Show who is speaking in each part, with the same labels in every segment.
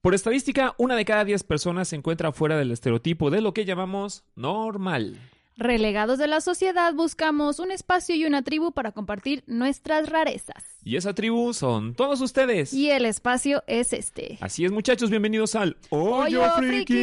Speaker 1: Por estadística, una de cada diez personas se encuentra fuera del estereotipo de lo que llamamos normal.
Speaker 2: Relegados de la sociedad, buscamos un espacio y una tribu para compartir nuestras rarezas.
Speaker 1: Y esa tribu son todos ustedes.
Speaker 2: Y el espacio es este.
Speaker 1: Así es, muchachos, bienvenidos al Hoyo
Speaker 2: Oyo
Speaker 1: Friki.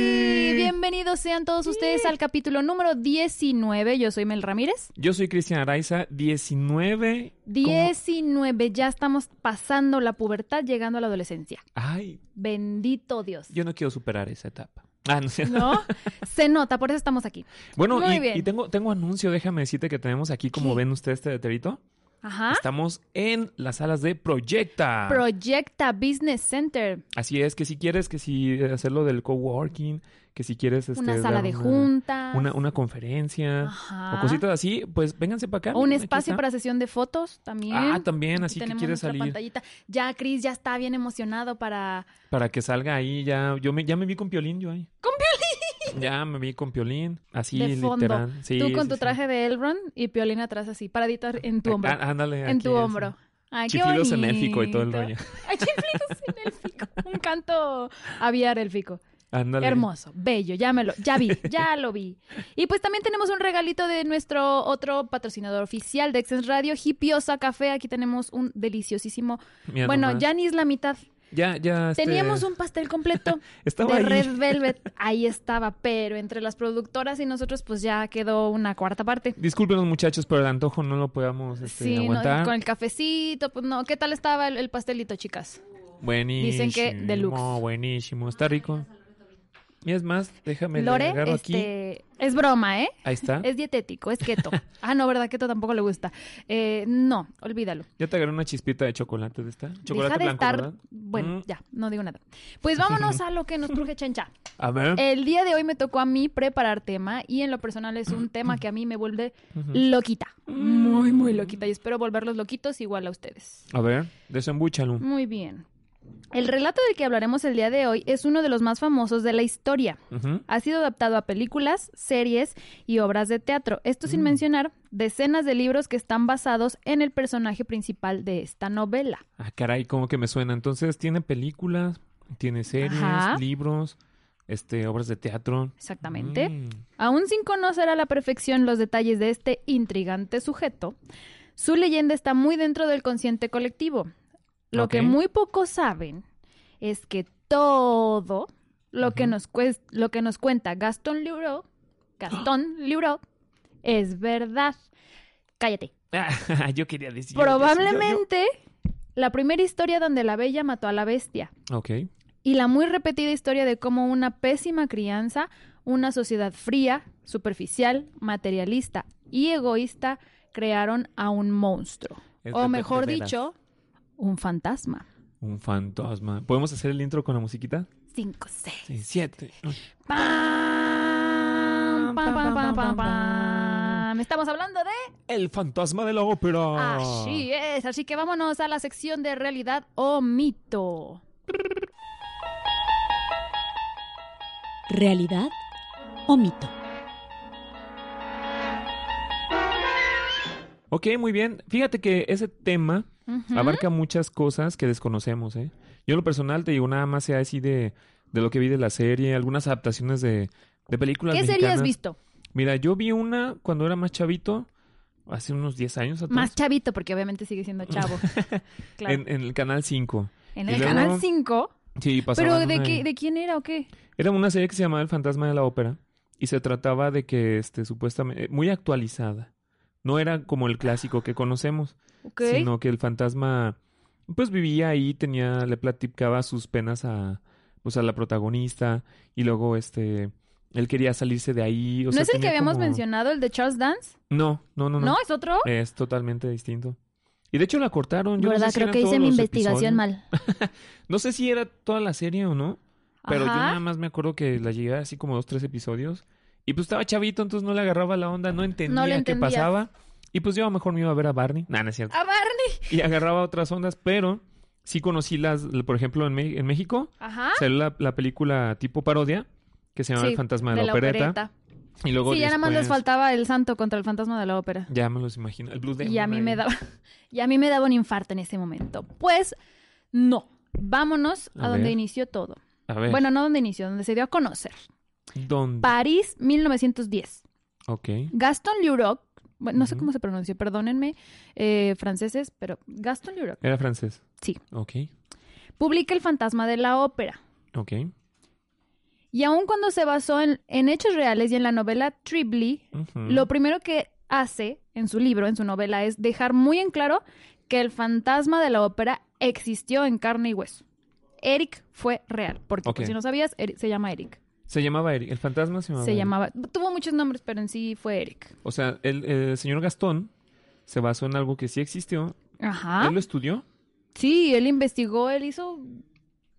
Speaker 2: Bienvenidos sean todos ustedes al capítulo número 19. Yo soy Mel Ramírez.
Speaker 1: Yo soy Cristian Araiza, 19. ¿Cómo?
Speaker 2: 19. Ya estamos pasando la pubertad, llegando a la adolescencia.
Speaker 1: Ay,
Speaker 2: Bendito Dios.
Speaker 1: yo no quiero superar esa etapa. Ah, no sé.
Speaker 2: ¿No? Se nota, por eso estamos aquí.
Speaker 1: Bueno,
Speaker 2: Muy
Speaker 1: y,
Speaker 2: bien.
Speaker 1: y tengo, tengo anuncio, déjame decirte que tenemos aquí, como
Speaker 2: ¿Qué? ¿Ah?
Speaker 1: ven ustedes este letrerito,
Speaker 2: Ajá.
Speaker 1: estamos en las salas de Proyecta.
Speaker 2: Proyecta Business Center.
Speaker 1: Así es, que si quieres, que si hacerlo del coworking, que si quieres... Este,
Speaker 2: una sala
Speaker 1: dar
Speaker 2: de
Speaker 1: una-
Speaker 2: juntas.
Speaker 1: Una, una conferencia.
Speaker 2: Ah, Ajá.
Speaker 1: o cositas así, pues vénganse para acá.
Speaker 2: O un
Speaker 1: miren, aquí
Speaker 2: espacio
Speaker 1: está.
Speaker 2: para sesión de fotos también.
Speaker 1: Ah, también, así
Speaker 2: Aquí
Speaker 1: que
Speaker 2: tenemos
Speaker 1: quieres
Speaker 2: nuestra
Speaker 1: salir.
Speaker 2: pantallita. Ya Cris ya está bien emocionado para
Speaker 1: Para que salga ahí ya. Yo me, ya me vi con Piolín yo ahí.
Speaker 2: ¡Con
Speaker 1: Piolín! Ya me vi con Piolín. Así,
Speaker 2: De fondo.
Speaker 1: literal. Sí,
Speaker 2: tú con
Speaker 1: sí,
Speaker 2: tu
Speaker 1: sí.
Speaker 2: traje de Elrond y Piolín atrás así, paradito en tu
Speaker 1: Ah,
Speaker 2: hombro.
Speaker 1: ándale.
Speaker 2: en
Speaker 1: aquí,
Speaker 2: tu
Speaker 1: así.
Speaker 2: hombro. Ay, qué
Speaker 1: Chiflidos en élfico y todo el
Speaker 2: bonito.
Speaker 1: rollo.
Speaker 2: Ay, chiflidos en élfico. Un canto aviar élfico.
Speaker 1: Ándale.
Speaker 2: Hermoso, bello, ya me lo, ya vi, ya lo vi. Y pues también tenemos un regalito de nuestro otro patrocinador oficial de Excel Radio, Hipiosa Café. Aquí tenemos un deliciosísimo.
Speaker 1: Mira
Speaker 2: bueno,
Speaker 1: nomás.
Speaker 2: ya ni es la mitad.
Speaker 1: Ya, ya. este,
Speaker 2: Teníamos un pastel completo
Speaker 1: Estaba
Speaker 2: de
Speaker 1: ahí.
Speaker 2: Red Velvet. Ahí estaba, pero entre las productoras y nosotros, pues ya quedó una cuarta parte.
Speaker 1: Discúlpenos, muchachos, pero el antojo no lo podíamos este,
Speaker 2: sí, no,
Speaker 1: aguantar.
Speaker 2: con el cafecito, pues no, ¿qué tal estaba el, el pastelito, chicas?
Speaker 1: Buenísimo.
Speaker 2: Dicen que deluxe.
Speaker 1: Buenísimo. Está rico. Y es más, déjame le
Speaker 2: Lore,
Speaker 1: agarro aquí. ¿Ah?
Speaker 2: este, es broma, ¿eh?
Speaker 1: Ahí está.
Speaker 2: Es dietético, es keto. Ah, no, ¿verdad? Keto tampoco le gusta. Eh, no, olvídalo.
Speaker 1: Ya te agarré una chispita de chocolate de esta. Chocolate
Speaker 2: Deja de
Speaker 1: blanco,
Speaker 2: estar.
Speaker 1: ¿verdad?
Speaker 2: Bueno,
Speaker 1: Mm.
Speaker 2: ya, no digo nada. Pues vámonos a lo que nos truje chancha.
Speaker 1: A ver.
Speaker 2: El día de hoy me tocó a mí preparar tema y en lo personal es un tema que a mí me vuelve loquita. Muy, muy loquita. Y espero volverlos loquitos igual a ustedes.
Speaker 1: A ver, desembúchalo.
Speaker 2: Muy bien. El relato del que hablaremos el día de hoy es uno de los más famosos de la historia.
Speaker 1: Ujú.
Speaker 2: Ha sido adaptado a películas, series y obras de teatro. Esto sin mencionar decenas de libros que están basados en el personaje principal de esta novela.
Speaker 1: Ah, caray, como que me suena. Entonces, tiene películas, tiene series,
Speaker 2: Ajá.
Speaker 1: libros, este, obras de teatro.
Speaker 2: Exactamente.
Speaker 1: Mm.
Speaker 2: Aún sin conocer a la perfección los detalles de este intrigante sujeto, su leyenda está muy dentro del consciente colectivo. Lo que
Speaker 1: Ok.
Speaker 2: muy pocos saben es que todo lo, que,
Speaker 1: Ujú.
Speaker 2: nos cues- lo que nos cuenta Gastón Leroux, Gastón Leroux, es verdad. Cállate.
Speaker 1: Ah, yo quería decir. yo quería decir,
Speaker 2: Probablemente la primera historia donde la bella mató a la bestia
Speaker 1: yo- yo. Ok.
Speaker 2: y la muy repetida historia de cómo una pésima crianza, una sociedad fría, superficial, materialista y egoísta crearon a un monstruo.
Speaker 1: Es de-
Speaker 2: o
Speaker 1: de-
Speaker 2: mejor
Speaker 1: de veras.
Speaker 2: dicho, un fantasma.
Speaker 1: Un fantasma. ¿Podemos hacer el intro con la musiquita?
Speaker 2: Cinco, seis.
Speaker 1: Sí, siete.
Speaker 2: Pam, pam, pam, pam, pam, pam. Estamos hablando de...
Speaker 1: El fantasma de la ópera.
Speaker 2: Así es, así que vámonos a la sección de realidad o mito.
Speaker 3: ¿Realidad o mito?
Speaker 1: Ok, muy bien. Fíjate que ese tema
Speaker 2: Ujú.
Speaker 1: abarca muchas cosas que desconocemos, ¿eh? Yo en lo personal te digo nada más sea así de, de lo que vi de la serie, algunas adaptaciones de, de películas
Speaker 2: ¿Qué serie
Speaker 1: mexicanas.
Speaker 2: has visto?
Speaker 1: Mira, yo vi una cuando era más chavito, hace unos 10 años atrás.
Speaker 2: Más chavito, porque obviamente sigue siendo chavo. Claro.
Speaker 1: en, en el Canal 5.
Speaker 2: En
Speaker 1: Y
Speaker 2: el
Speaker 1: luego-
Speaker 2: canal 5.
Speaker 1: Sí, pasaba.
Speaker 2: ¿Pero de, qué, de quién era o qué?
Speaker 1: Era una serie que se llamaba El fantasma de la ópera y se trataba de que, este, supuestamente, eh, muy actualizada. No era como el clásico que conocemos,
Speaker 2: Ok.
Speaker 1: sino que el fantasma, pues vivía ahí, tenía, le platicaba sus penas a, o sea, la protagonista, y luego este, él quería salirse de ahí. O
Speaker 2: ¿No
Speaker 1: sea,
Speaker 2: es el que
Speaker 1: tenía
Speaker 2: habíamos
Speaker 1: como-
Speaker 2: mencionado, el de Charles Dance?
Speaker 1: No, no, no,
Speaker 2: ¿No?
Speaker 1: no.
Speaker 2: ¿Es otro?
Speaker 1: Es totalmente distinto. Y de hecho la cortaron. Yo no sé
Speaker 2: ¿Verdad?
Speaker 1: si
Speaker 2: Creo
Speaker 1: eran
Speaker 2: que hice
Speaker 1: todos
Speaker 2: mi
Speaker 1: los
Speaker 2: investigación
Speaker 1: episodios.
Speaker 2: mal.
Speaker 1: No sé si era toda la serie o no, pero yo nada
Speaker 2: Ajá.
Speaker 1: más me acuerdo que la llegué así como dos, tres episodios. Y pues estaba chavito, entonces no le agarraba la onda, no entendía qué
Speaker 2: entendías.
Speaker 1: pasaba. Y pues yo a lo mejor me iba a ver a Barney. Nah, no es cierto.
Speaker 2: A Ah, Barney.
Speaker 1: Y agarraba otras ondas, pero sí conocí las, por ejemplo, en, Me- en México
Speaker 2: Ajá.
Speaker 1: salió la, la película tipo parodia que se llama
Speaker 2: Ah. Sí,
Speaker 1: El fantasma de,
Speaker 2: De la opereta.
Speaker 1: Y luego
Speaker 2: Sí, ya nada más les
Speaker 1: después-
Speaker 2: faltaba el santo contra el fantasma de la ópera.
Speaker 1: Ya me los imagino. El Blue Demon
Speaker 2: Y a mí
Speaker 1: ahí.
Speaker 2: me daba, y a mí me daba un infarto en ese momento. Pues no. Vámonos a,
Speaker 1: A
Speaker 2: donde
Speaker 1: ver.
Speaker 2: inició todo.
Speaker 1: A ver,
Speaker 2: Bueno, no donde inició, donde se dio a conocer.
Speaker 1: ¿dónde?
Speaker 2: París, 1910.
Speaker 1: ok.
Speaker 2: Gaston Leroux, bueno, no sé
Speaker 1: Ujú.
Speaker 2: cómo se pronuncia, perdónenme, eh, franceses, pero Gaston Leroux
Speaker 1: ¿Era francés?
Speaker 2: Sí.
Speaker 1: Ok,
Speaker 2: publica El fantasma de la ópera.
Speaker 1: ok.
Speaker 2: Y aun cuando se basó en, en hechos reales y en la novela Tribly,
Speaker 1: Ujú.
Speaker 2: lo primero que hace en su libro, en su novela, es dejar muy en claro que el fantasma de la ópera existió en carne y hueso. Eric fue real, porque
Speaker 1: Ok. Ah,
Speaker 2: pues, si no sabías, Eric- se llama Eric.
Speaker 1: Se llamaba Eric. El fantasma se llamaba
Speaker 2: se
Speaker 1: Eric.
Speaker 2: llamaba, tuvo muchos nombres, pero en sí fue Eric.
Speaker 1: O sea, el, el señor Gastón se basó en algo que sí existió.
Speaker 2: Ajá.
Speaker 1: Él lo estudió.
Speaker 2: Sí, él investigó, él hizo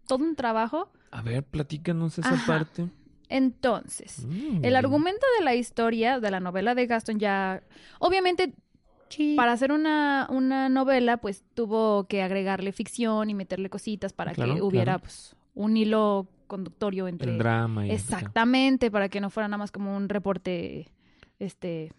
Speaker 2: todo un trabajo.
Speaker 1: A ver, platícanos esa
Speaker 2: Ajá.
Speaker 1: parte.
Speaker 2: Entonces,
Speaker 1: Mm.
Speaker 2: el argumento de la historia, de la novela de Gaston, ya. Obviamente, para hacer una, una novela, pues tuvo que agregarle ficción y meterle cositas para que
Speaker 1: Claro,
Speaker 2: hubiera
Speaker 1: claro.
Speaker 2: pues, un hilo conductorio entre.
Speaker 1: El drama. y-
Speaker 2: Exactamente, para que no fuera nada más como un reporte. Este,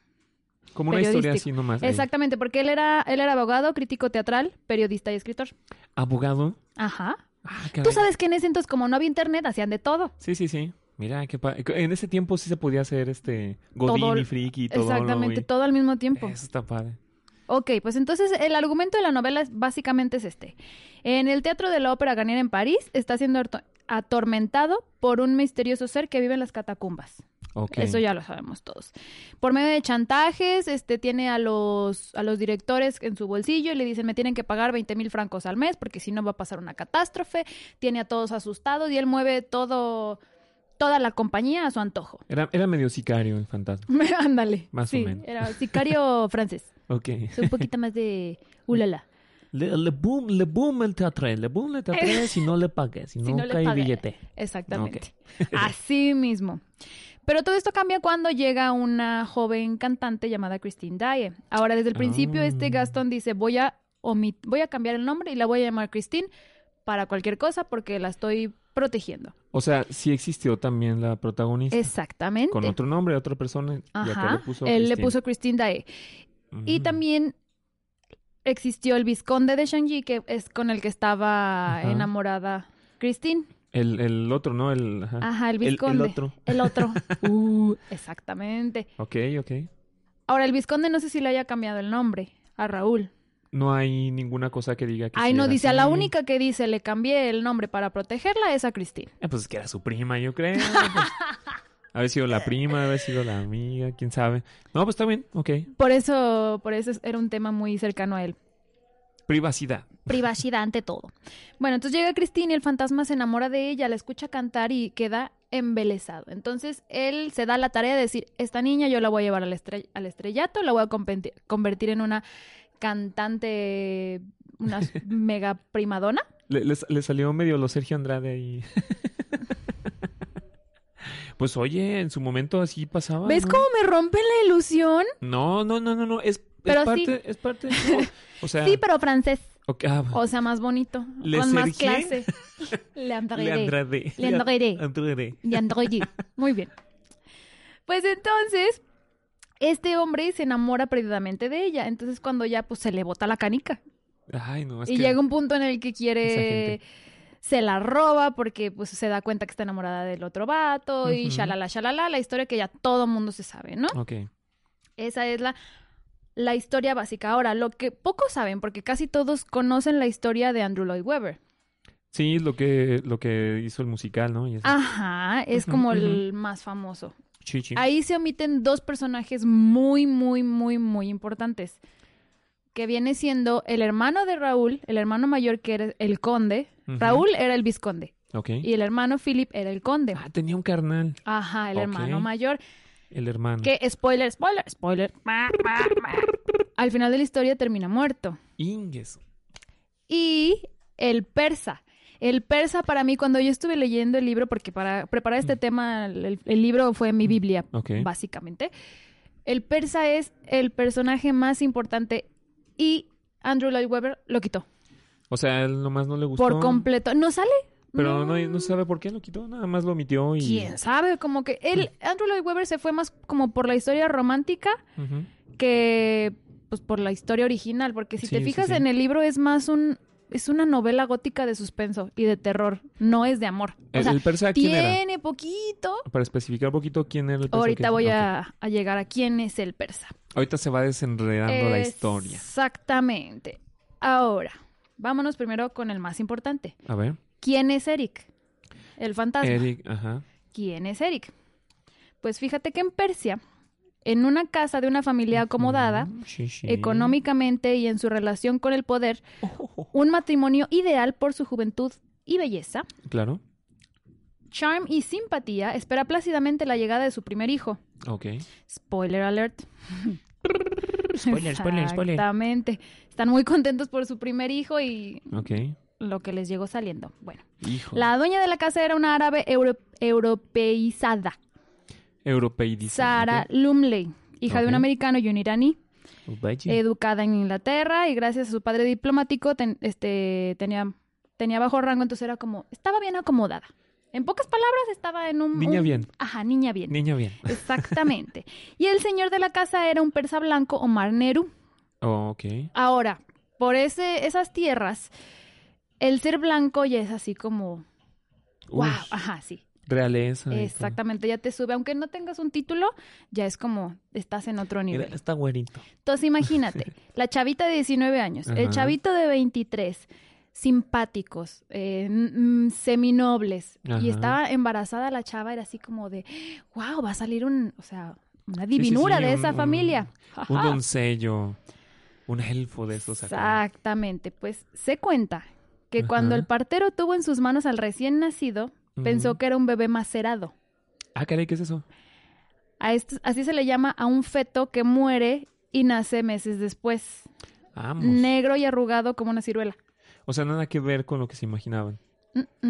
Speaker 1: Como una historia
Speaker 2: periodístico.
Speaker 1: así nomás. ahí.
Speaker 2: exactamente, porque él era, él era abogado, crítico teatral, periodista y escritor.
Speaker 1: Abogado.
Speaker 2: Ajá.
Speaker 1: Ah,
Speaker 2: Tú
Speaker 1: caray.
Speaker 2: sabes que en ese entonces, como no había internet, hacían de todo.
Speaker 1: Sí, sí, sí. Mira, qué pa- en ese tiempo sí se podía hacer este Godín
Speaker 2: Todo-
Speaker 1: y Friki y todo.
Speaker 2: Exactamente,
Speaker 1: lo-
Speaker 2: todo al mismo
Speaker 1: y-
Speaker 2: tiempo.
Speaker 1: Eso está padre.
Speaker 2: Ok, pues entonces el argumento de la novela es- básicamente es este. En el Teatro de la Ópera Garnier en París está siendo ato- atormentado por un misterioso ser que vive en las catacumbas.
Speaker 1: Ok.
Speaker 2: Eso ya lo sabemos todos. Por medio de chantajes, este tiene a los, a los directores en su bolsillo y le dicen, me tienen que pagar 20 mil francos al mes porque si no va a pasar una catástrofe. Tiene a todos asustados y él mueve todo, toda la compañía a su antojo.
Speaker 1: Era, era medio sicario el fantasma.
Speaker 2: Ándale.
Speaker 1: Más o
Speaker 2: sí,
Speaker 1: menos.
Speaker 2: Era sicario francés.
Speaker 1: Ok.
Speaker 2: Es un poquito más de ulala.
Speaker 1: Le, le boom, le boom el teatre, le boom el teatre si no le pagué, si,
Speaker 2: Eh. Si
Speaker 1: no,
Speaker 2: no le
Speaker 1: cae
Speaker 2: pagué.
Speaker 1: billete.
Speaker 2: Exactamente. Así mismo. Pero todo esto cambia cuando llega una joven cantante llamada Christine Dae. Ahora, desde el principio,
Speaker 1: Ah.
Speaker 2: este Gastón dice, voy a, omit- voy a cambiar el nombre y la voy a llamar Christine para cualquier cosa porque la estoy protegiendo.
Speaker 1: O sea, sí existió también la protagonista.
Speaker 2: Exactamente.
Speaker 1: Con otro nombre, otra persona. Y acá
Speaker 2: Ajá.
Speaker 1: le puso.
Speaker 2: Él le
Speaker 1: Christine.
Speaker 2: puso Christine Dae. Y
Speaker 1: Mm.
Speaker 2: también existió el vizconde de Shang-Chi, que es con el que estaba
Speaker 1: Ajá.
Speaker 2: enamorada Christine.
Speaker 1: El, el otro, ¿no? El, ajá. Ah.
Speaker 2: Ajá, el
Speaker 1: El- el
Speaker 2: vizconde.
Speaker 1: otro.
Speaker 2: El otro. Uh, exactamente.
Speaker 1: Ok, ok.
Speaker 2: Ahora, el vizconde no sé si le haya cambiado el nombre a Raúl.
Speaker 1: No hay ninguna cosa que diga que.
Speaker 2: Ahí
Speaker 1: sí
Speaker 2: no
Speaker 1: era
Speaker 2: dice, a la
Speaker 1: así.
Speaker 2: única que dice le cambié el nombre para protegerla es a Cristina.
Speaker 1: Eh, pues es que era su prima, yo creo. pues. haber sido la prima, haber sido la amiga, quién sabe. No, pues está bien, ok.
Speaker 2: Por eso, por eso era un tema muy cercano a él.
Speaker 1: Privacidad.
Speaker 2: Privacidad ante todo. Bueno, entonces llega Cristina y el fantasma se enamora de ella, la escucha cantar y queda embelesado. Entonces él se da la tarea de decir, esta niña yo la voy a llevar al, estre- al estrellato, la voy a compenti- convertir en una cantante, una mega primadona.
Speaker 1: Le, les- le salió medio lo Sergio Andrade ahí. pues oye, en su momento así pasaba.
Speaker 2: ¿Ves
Speaker 1: ¿no?
Speaker 2: cómo me rompen la ilusión?
Speaker 1: No, no, no, no, no. Es, es
Speaker 2: Pero sí.
Speaker 1: parte, es parte. no, O sea,
Speaker 2: Sí, pero francés.
Speaker 1: ok, ah,
Speaker 2: O sea, más bonito.
Speaker 1: ¿Le
Speaker 2: con más
Speaker 1: Sergier?
Speaker 2: clase. Le André.
Speaker 1: Le Andrade.
Speaker 2: Le Andrade.
Speaker 1: Andrade.
Speaker 2: Le Android. Muy bien. Pues entonces, este hombre se enamora perdidamente de ella. Entonces, cuando ya pues se le bota la canica.
Speaker 1: Ay, no, es
Speaker 2: y
Speaker 1: que
Speaker 2: llega un punto en el que
Speaker 1: esa
Speaker 2: quiere.
Speaker 1: gente.
Speaker 2: Se la roba porque pues se da cuenta que está enamorada del otro vato y
Speaker 1: Ujú.
Speaker 2: shalala, shalala, la historia que ya todo mundo se sabe, ¿no?
Speaker 1: Ok.
Speaker 2: Esa es la, la historia básica. Ahora, lo que pocos saben, porque casi todos conocen la historia de Andrew Lloyd Webber.
Speaker 1: Sí, lo que, lo que hizo el musical, ¿no? Y eso.
Speaker 2: Ah, Ajá, es
Speaker 1: Ujú,
Speaker 2: como el más famoso.
Speaker 1: Sí, sí.
Speaker 2: Ahí se omiten dos personajes muy, muy, muy, muy importantes. Que viene siendo el hermano de Raúl, el hermano mayor que era el conde.
Speaker 1: Ujú.
Speaker 2: Raúl era el vizconde.
Speaker 1: Ok.
Speaker 2: Y este. el hermano Philip era el conde.
Speaker 1: Ah, tenía un carnal,
Speaker 2: Ajá, el
Speaker 1: Ok.
Speaker 2: hermano mayor.
Speaker 1: el hermano.
Speaker 2: Que, spoiler, spoiler, spoiler. ma, ma, ma, Al final de la historia termina muerto.
Speaker 1: Ingues.
Speaker 2: Y el persa. El persa para mí, cuando yo estuve leyendo el libro, porque para preparar este
Speaker 1: Mm.
Speaker 2: tema, el, el libro fue mi
Speaker 1: Mm.
Speaker 2: Biblia,
Speaker 1: Ok.
Speaker 2: básicamente. El persa es el personaje más importante y Andrew Lloyd Webber lo quitó.
Speaker 1: O sea, él nomás no le gustó.
Speaker 2: Por completo. ¿No sale?
Speaker 1: Pero no, no sabe por qué lo quitó, nada más lo omitió y...
Speaker 2: ¿Quién sabe? Como que él, Andrew Lloyd Webber se fue más como por la historia romántica
Speaker 1: Ujú.
Speaker 2: que pues por la historia original, porque si
Speaker 1: Sí,
Speaker 2: te
Speaker 1: sí,
Speaker 2: fijas
Speaker 1: sí.
Speaker 2: en el libro es más un es una novela gótica de suspenso y de terror, no es de amor. O
Speaker 1: ¿El,
Speaker 2: sea,
Speaker 1: el persa quién era?
Speaker 2: tiene poquito.
Speaker 1: Para especificar un poquito quién era el persa.
Speaker 2: Ahorita
Speaker 1: que-
Speaker 2: voy
Speaker 1: Ok.
Speaker 2: a, a llegar a quién es el persa.
Speaker 1: Ahorita se va desenredando la historia.
Speaker 2: Exactamente. Ahora, vámonos primero con el más importante.
Speaker 1: A ver.
Speaker 2: ¿Quién es Eric? El fantasma.
Speaker 1: Eric, ajá.
Speaker 2: ¿Quién es Eric? Pues fíjate que en Persia, en una casa de una familia acomodada,
Speaker 1: Mm, sí, sí.
Speaker 2: económicamente y en su relación con el poder,
Speaker 1: Ojo.
Speaker 2: un matrimonio ideal por su juventud y belleza,
Speaker 1: Claro.
Speaker 2: charm y simpatía, espera plácidamente la llegada de su primer hijo.
Speaker 1: Ok.
Speaker 2: Spoiler alert.
Speaker 1: Spoiler, spoiler, spoiler.
Speaker 2: Exactamente. Están muy contentos por su primer hijo y
Speaker 1: Ok.
Speaker 2: lo que les llegó saliendo. Bueno,
Speaker 1: Hijo.
Speaker 2: la dueña de la casa era una árabe euro- europeizada,
Speaker 1: Europeidizada.
Speaker 2: Sara Lumley, hija de un
Speaker 1: Ok.
Speaker 2: americano y un iraní.
Speaker 1: Ok. Vaya.
Speaker 2: educada en Inglaterra y gracias a su padre diplomático ten- este, tenía, tenía bajo rango, entonces era como, estaba bien acomodada. En pocas palabras, estaba en un...
Speaker 1: Niña
Speaker 2: un-
Speaker 1: bien.
Speaker 2: Ajá, niña bien.
Speaker 1: Niña bien.
Speaker 2: Exactamente. y el señor de la casa era un persa blanco o Neru.
Speaker 1: Ok.
Speaker 2: Ahora, por ese, esas tierras, el ser blanco ya es así como, wow,
Speaker 1: Uy,
Speaker 2: ajá, sí.
Speaker 1: Realeza. y todo.
Speaker 2: Exactamente, ya te sube. Aunque no tengas un título, ya es como, estás en otro
Speaker 1: Mira,
Speaker 2: nivel.
Speaker 1: está güerito.
Speaker 2: Entonces imagínate, la chavita de 19 años, el
Speaker 1: Ajá.
Speaker 2: chavito de 23, simpáticos, eh, mm, mm, seminobles, y
Speaker 1: Ajá.
Speaker 2: estaba embarazada la chava, era así como de, wow, va a salir un, o sea, una
Speaker 1: sí,
Speaker 2: divinura
Speaker 1: sí,
Speaker 2: de
Speaker 1: un-
Speaker 2: esa
Speaker 1: un-
Speaker 2: familia.
Speaker 1: Un
Speaker 2: Ajá.
Speaker 1: doncello. Un elfo de esos acá.
Speaker 2: Exactamente, pues se cuenta que cuando
Speaker 1: Ajá.
Speaker 2: el partero tuvo en sus manos al recién nacido, pensó
Speaker 1: Ujú.
Speaker 2: que era un bebé macerado.
Speaker 1: Ah, caray, ¿qué es eso?
Speaker 2: A esto- así se le llama a un feto que muere y nace meses después,
Speaker 1: Vamos.
Speaker 2: negro y arrugado como una ciruela.
Speaker 1: o sea, nada que ver con lo que se imaginaban.
Speaker 2: Mm,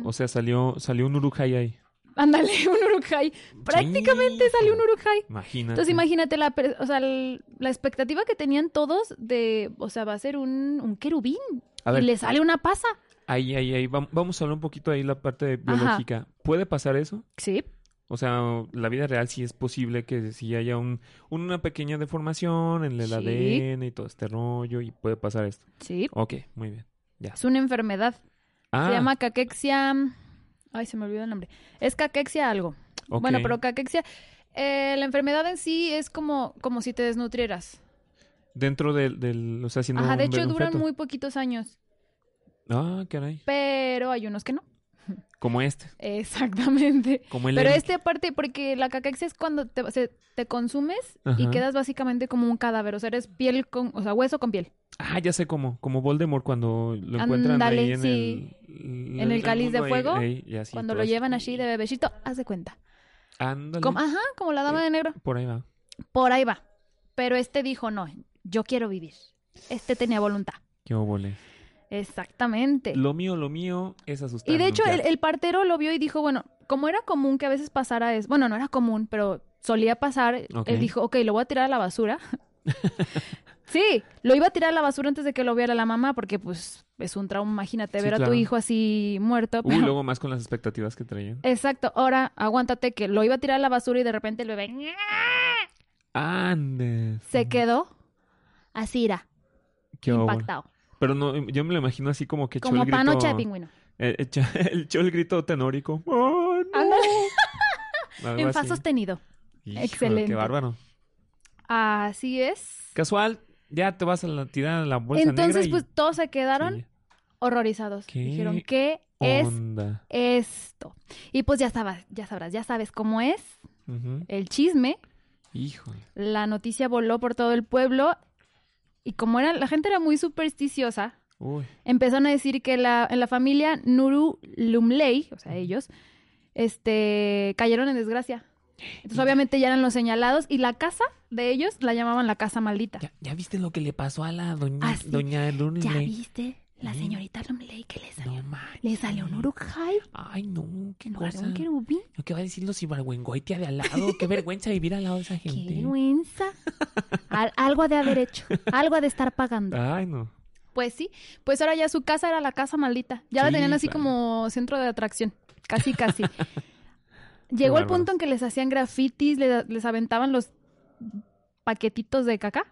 Speaker 2: mm.
Speaker 1: O sea, salió, salió un Urujay ahí.
Speaker 2: Ándale, un urukai. Prácticamente
Speaker 1: Chico.
Speaker 2: salió un urukai.
Speaker 1: Imagínate.
Speaker 2: Entonces imagínate la, per- o sea, el- la expectativa que tenían todos de, o sea, va a ser un, un querubín
Speaker 1: A
Speaker 2: y
Speaker 1: ver,
Speaker 2: le sale una pasa.
Speaker 1: ahí, ahí, ahí. vam- Vamos a hablar un poquito ahí la parte de biológica. ¿Puede pasar eso?
Speaker 2: Sí.
Speaker 1: O sea, la vida real sí es posible que sí haya un, una pequeña deformación en el
Speaker 2: Sí.
Speaker 1: ADN y todo este rollo y puede pasar esto.
Speaker 2: Sí.
Speaker 1: Ok, muy bien. Ya.
Speaker 2: Es una enfermedad.
Speaker 1: Ah,
Speaker 2: Se llama caquexia. Ay, se me olvidó el nombre. Es caquexia algo.
Speaker 1: ok.
Speaker 2: Bueno, pero caquexia. eh, la enfermedad en sí es como, como si te desnutrieras.
Speaker 1: Dentro del, del... O sea, haciendo
Speaker 2: Ajá,
Speaker 1: un
Speaker 2: de hecho
Speaker 1: bebé, un
Speaker 2: duran
Speaker 1: feto.
Speaker 2: muy poquitos años,
Speaker 1: Ah, caray.
Speaker 2: pero hay unos que no.
Speaker 1: Como este.
Speaker 2: Exactamente.
Speaker 1: Como el...
Speaker 2: Pero
Speaker 1: Eric.
Speaker 2: este aparte, porque la caquexia es cuando te, se- te consumes y
Speaker 1: Ajá.
Speaker 2: quedas básicamente como un cadáver, o sea, eres piel con, o sea, hueso con piel.
Speaker 1: Ah, ya sé cómo. Como Voldemort cuando lo encuentran
Speaker 2: Ándale,
Speaker 1: ahí en
Speaker 2: sí.
Speaker 1: el...
Speaker 2: En el cáliz de
Speaker 1: mundo ahí-
Speaker 2: fuego,
Speaker 1: ahí, y así,
Speaker 2: cuando
Speaker 1: todo
Speaker 2: lo
Speaker 1: así.
Speaker 2: llevan así de Ah. bebecito, haz de cuenta.
Speaker 1: Ándale.
Speaker 2: Como- ajá, como la dama de negro.
Speaker 1: Por ahí va.
Speaker 2: Por ahí va. Pero este dijo, no, yo quiero vivir. Este tenía voluntad.
Speaker 1: Qué óvole.
Speaker 2: Exactamente.
Speaker 1: Lo mío, lo mío es asustar.
Speaker 2: Y de hecho, el, el partero lo vio y dijo, bueno, como era común que a veces pasara eso, bueno, no era común, pero solía pasar,
Speaker 1: Ok.
Speaker 2: él dijo, ok, lo voy a tirar a la basura. sí, lo iba a tirar a la basura antes de que lo viera la mamá, porque pues es un trauma, imagínate
Speaker 1: Sí,
Speaker 2: ver a
Speaker 1: claro.
Speaker 2: tu hijo así muerto.
Speaker 1: Uy,
Speaker 2: pero-
Speaker 1: luego más con las expectativas que traían.
Speaker 2: Exacto, ahora aguántate que lo iba a tirar a la basura y de repente el bebé
Speaker 1: Andes.
Speaker 2: se quedó así, irá,
Speaker 1: Qué óvole.
Speaker 2: impactado,
Speaker 1: Pero no, em, yo me lo imagino así como que echó
Speaker 2: como
Speaker 1: el grito.
Speaker 2: panocha de pingüino.
Speaker 1: eh, echa- él echó el grito tenórico. ¡Oh, no!
Speaker 2: Ándale,
Speaker 1: Algo
Speaker 2: Ah, en fa
Speaker 1: así.
Speaker 2: sostenido.
Speaker 1: Híjole,
Speaker 2: Excelente.
Speaker 1: Qué bárbaro.
Speaker 2: Así es.
Speaker 1: Casual, ya te vas a la, tirar a la bolsa
Speaker 2: Entonces,
Speaker 1: negra. y-
Speaker 2: pues todos se quedaron
Speaker 1: Sí.
Speaker 2: horrorizados.
Speaker 1: ¿Qué
Speaker 2: Dijeron, ¿qué es
Speaker 1: Onda.
Speaker 2: esto? Y pues ya sabes, ya sabrás, ya sabes cómo es
Speaker 1: Ujú.
Speaker 2: el chisme.
Speaker 1: Híjole.
Speaker 2: La noticia voló por todo el pueblo. Y como era, la gente era muy supersticiosa,
Speaker 1: Uy.
Speaker 2: Empezaron a decir que la, en la familia Nuru Lumley, o sea, ellos, este, cayeron en desgracia. Entonces, obviamente, ya eran los señalados y la casa de ellos la llamaban la casa maldita.
Speaker 1: ¿Ya, ya viste lo que le pasó a la doña,
Speaker 2: Ah, sí.
Speaker 1: doña Lurley?
Speaker 2: ¿Ya viste? La
Speaker 1: Sí.
Speaker 2: señorita Lumley que le salió.
Speaker 1: No manches.
Speaker 2: Le salió un urukai
Speaker 1: Ay, no, qué
Speaker 2: en lugar de
Speaker 1: cosa.
Speaker 2: un querubín.
Speaker 1: ¿No ¿Qué va a decir los cibargüengoitia de al lado? Qué vergüenza vivir al lado de esa
Speaker 2: ¡Qué
Speaker 1: gente.
Speaker 2: vergüenza! Al- algo ha de haber hecho. Algo ha de estar pagando.
Speaker 1: Ay, no.
Speaker 2: Pues sí. Pues ahora ya su casa era la casa maldita. Ya la
Speaker 1: Sí,
Speaker 2: tenían así
Speaker 1: claro.
Speaker 2: como centro de atracción. Casi, casi. Llegó el
Speaker 1: bárbaros.
Speaker 2: punto en que les hacían grafitis, le- les, aventaban los paquetitos de caca,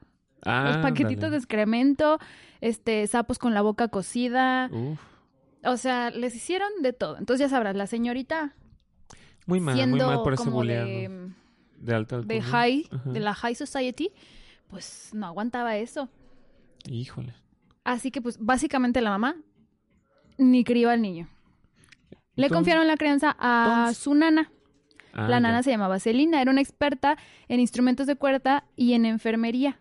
Speaker 2: los
Speaker 1: Ah,
Speaker 2: paquetitos de excremento, este, sapos con la boca cocida.
Speaker 1: Uf.
Speaker 2: O sea, les hicieron de todo. Entonces ya sabrás, la señorita
Speaker 1: Muy mal,
Speaker 2: siendo
Speaker 1: muy mal por ese
Speaker 2: como
Speaker 1: buleado. De,
Speaker 2: de,
Speaker 1: alta altura.
Speaker 2: de high,
Speaker 1: Ajá.
Speaker 2: de la high society, pues no aguantaba eso.
Speaker 1: Híjole.
Speaker 2: Así que, pues, básicamente la mamá ni crió al niño. Le
Speaker 1: Entonces-
Speaker 2: confiaron la crianza a
Speaker 1: entonces-
Speaker 2: su nana.
Speaker 1: Ah,
Speaker 2: la
Speaker 1: ya.
Speaker 2: nana se llamaba Celina, era una experta en instrumentos de cuerda y en enfermería,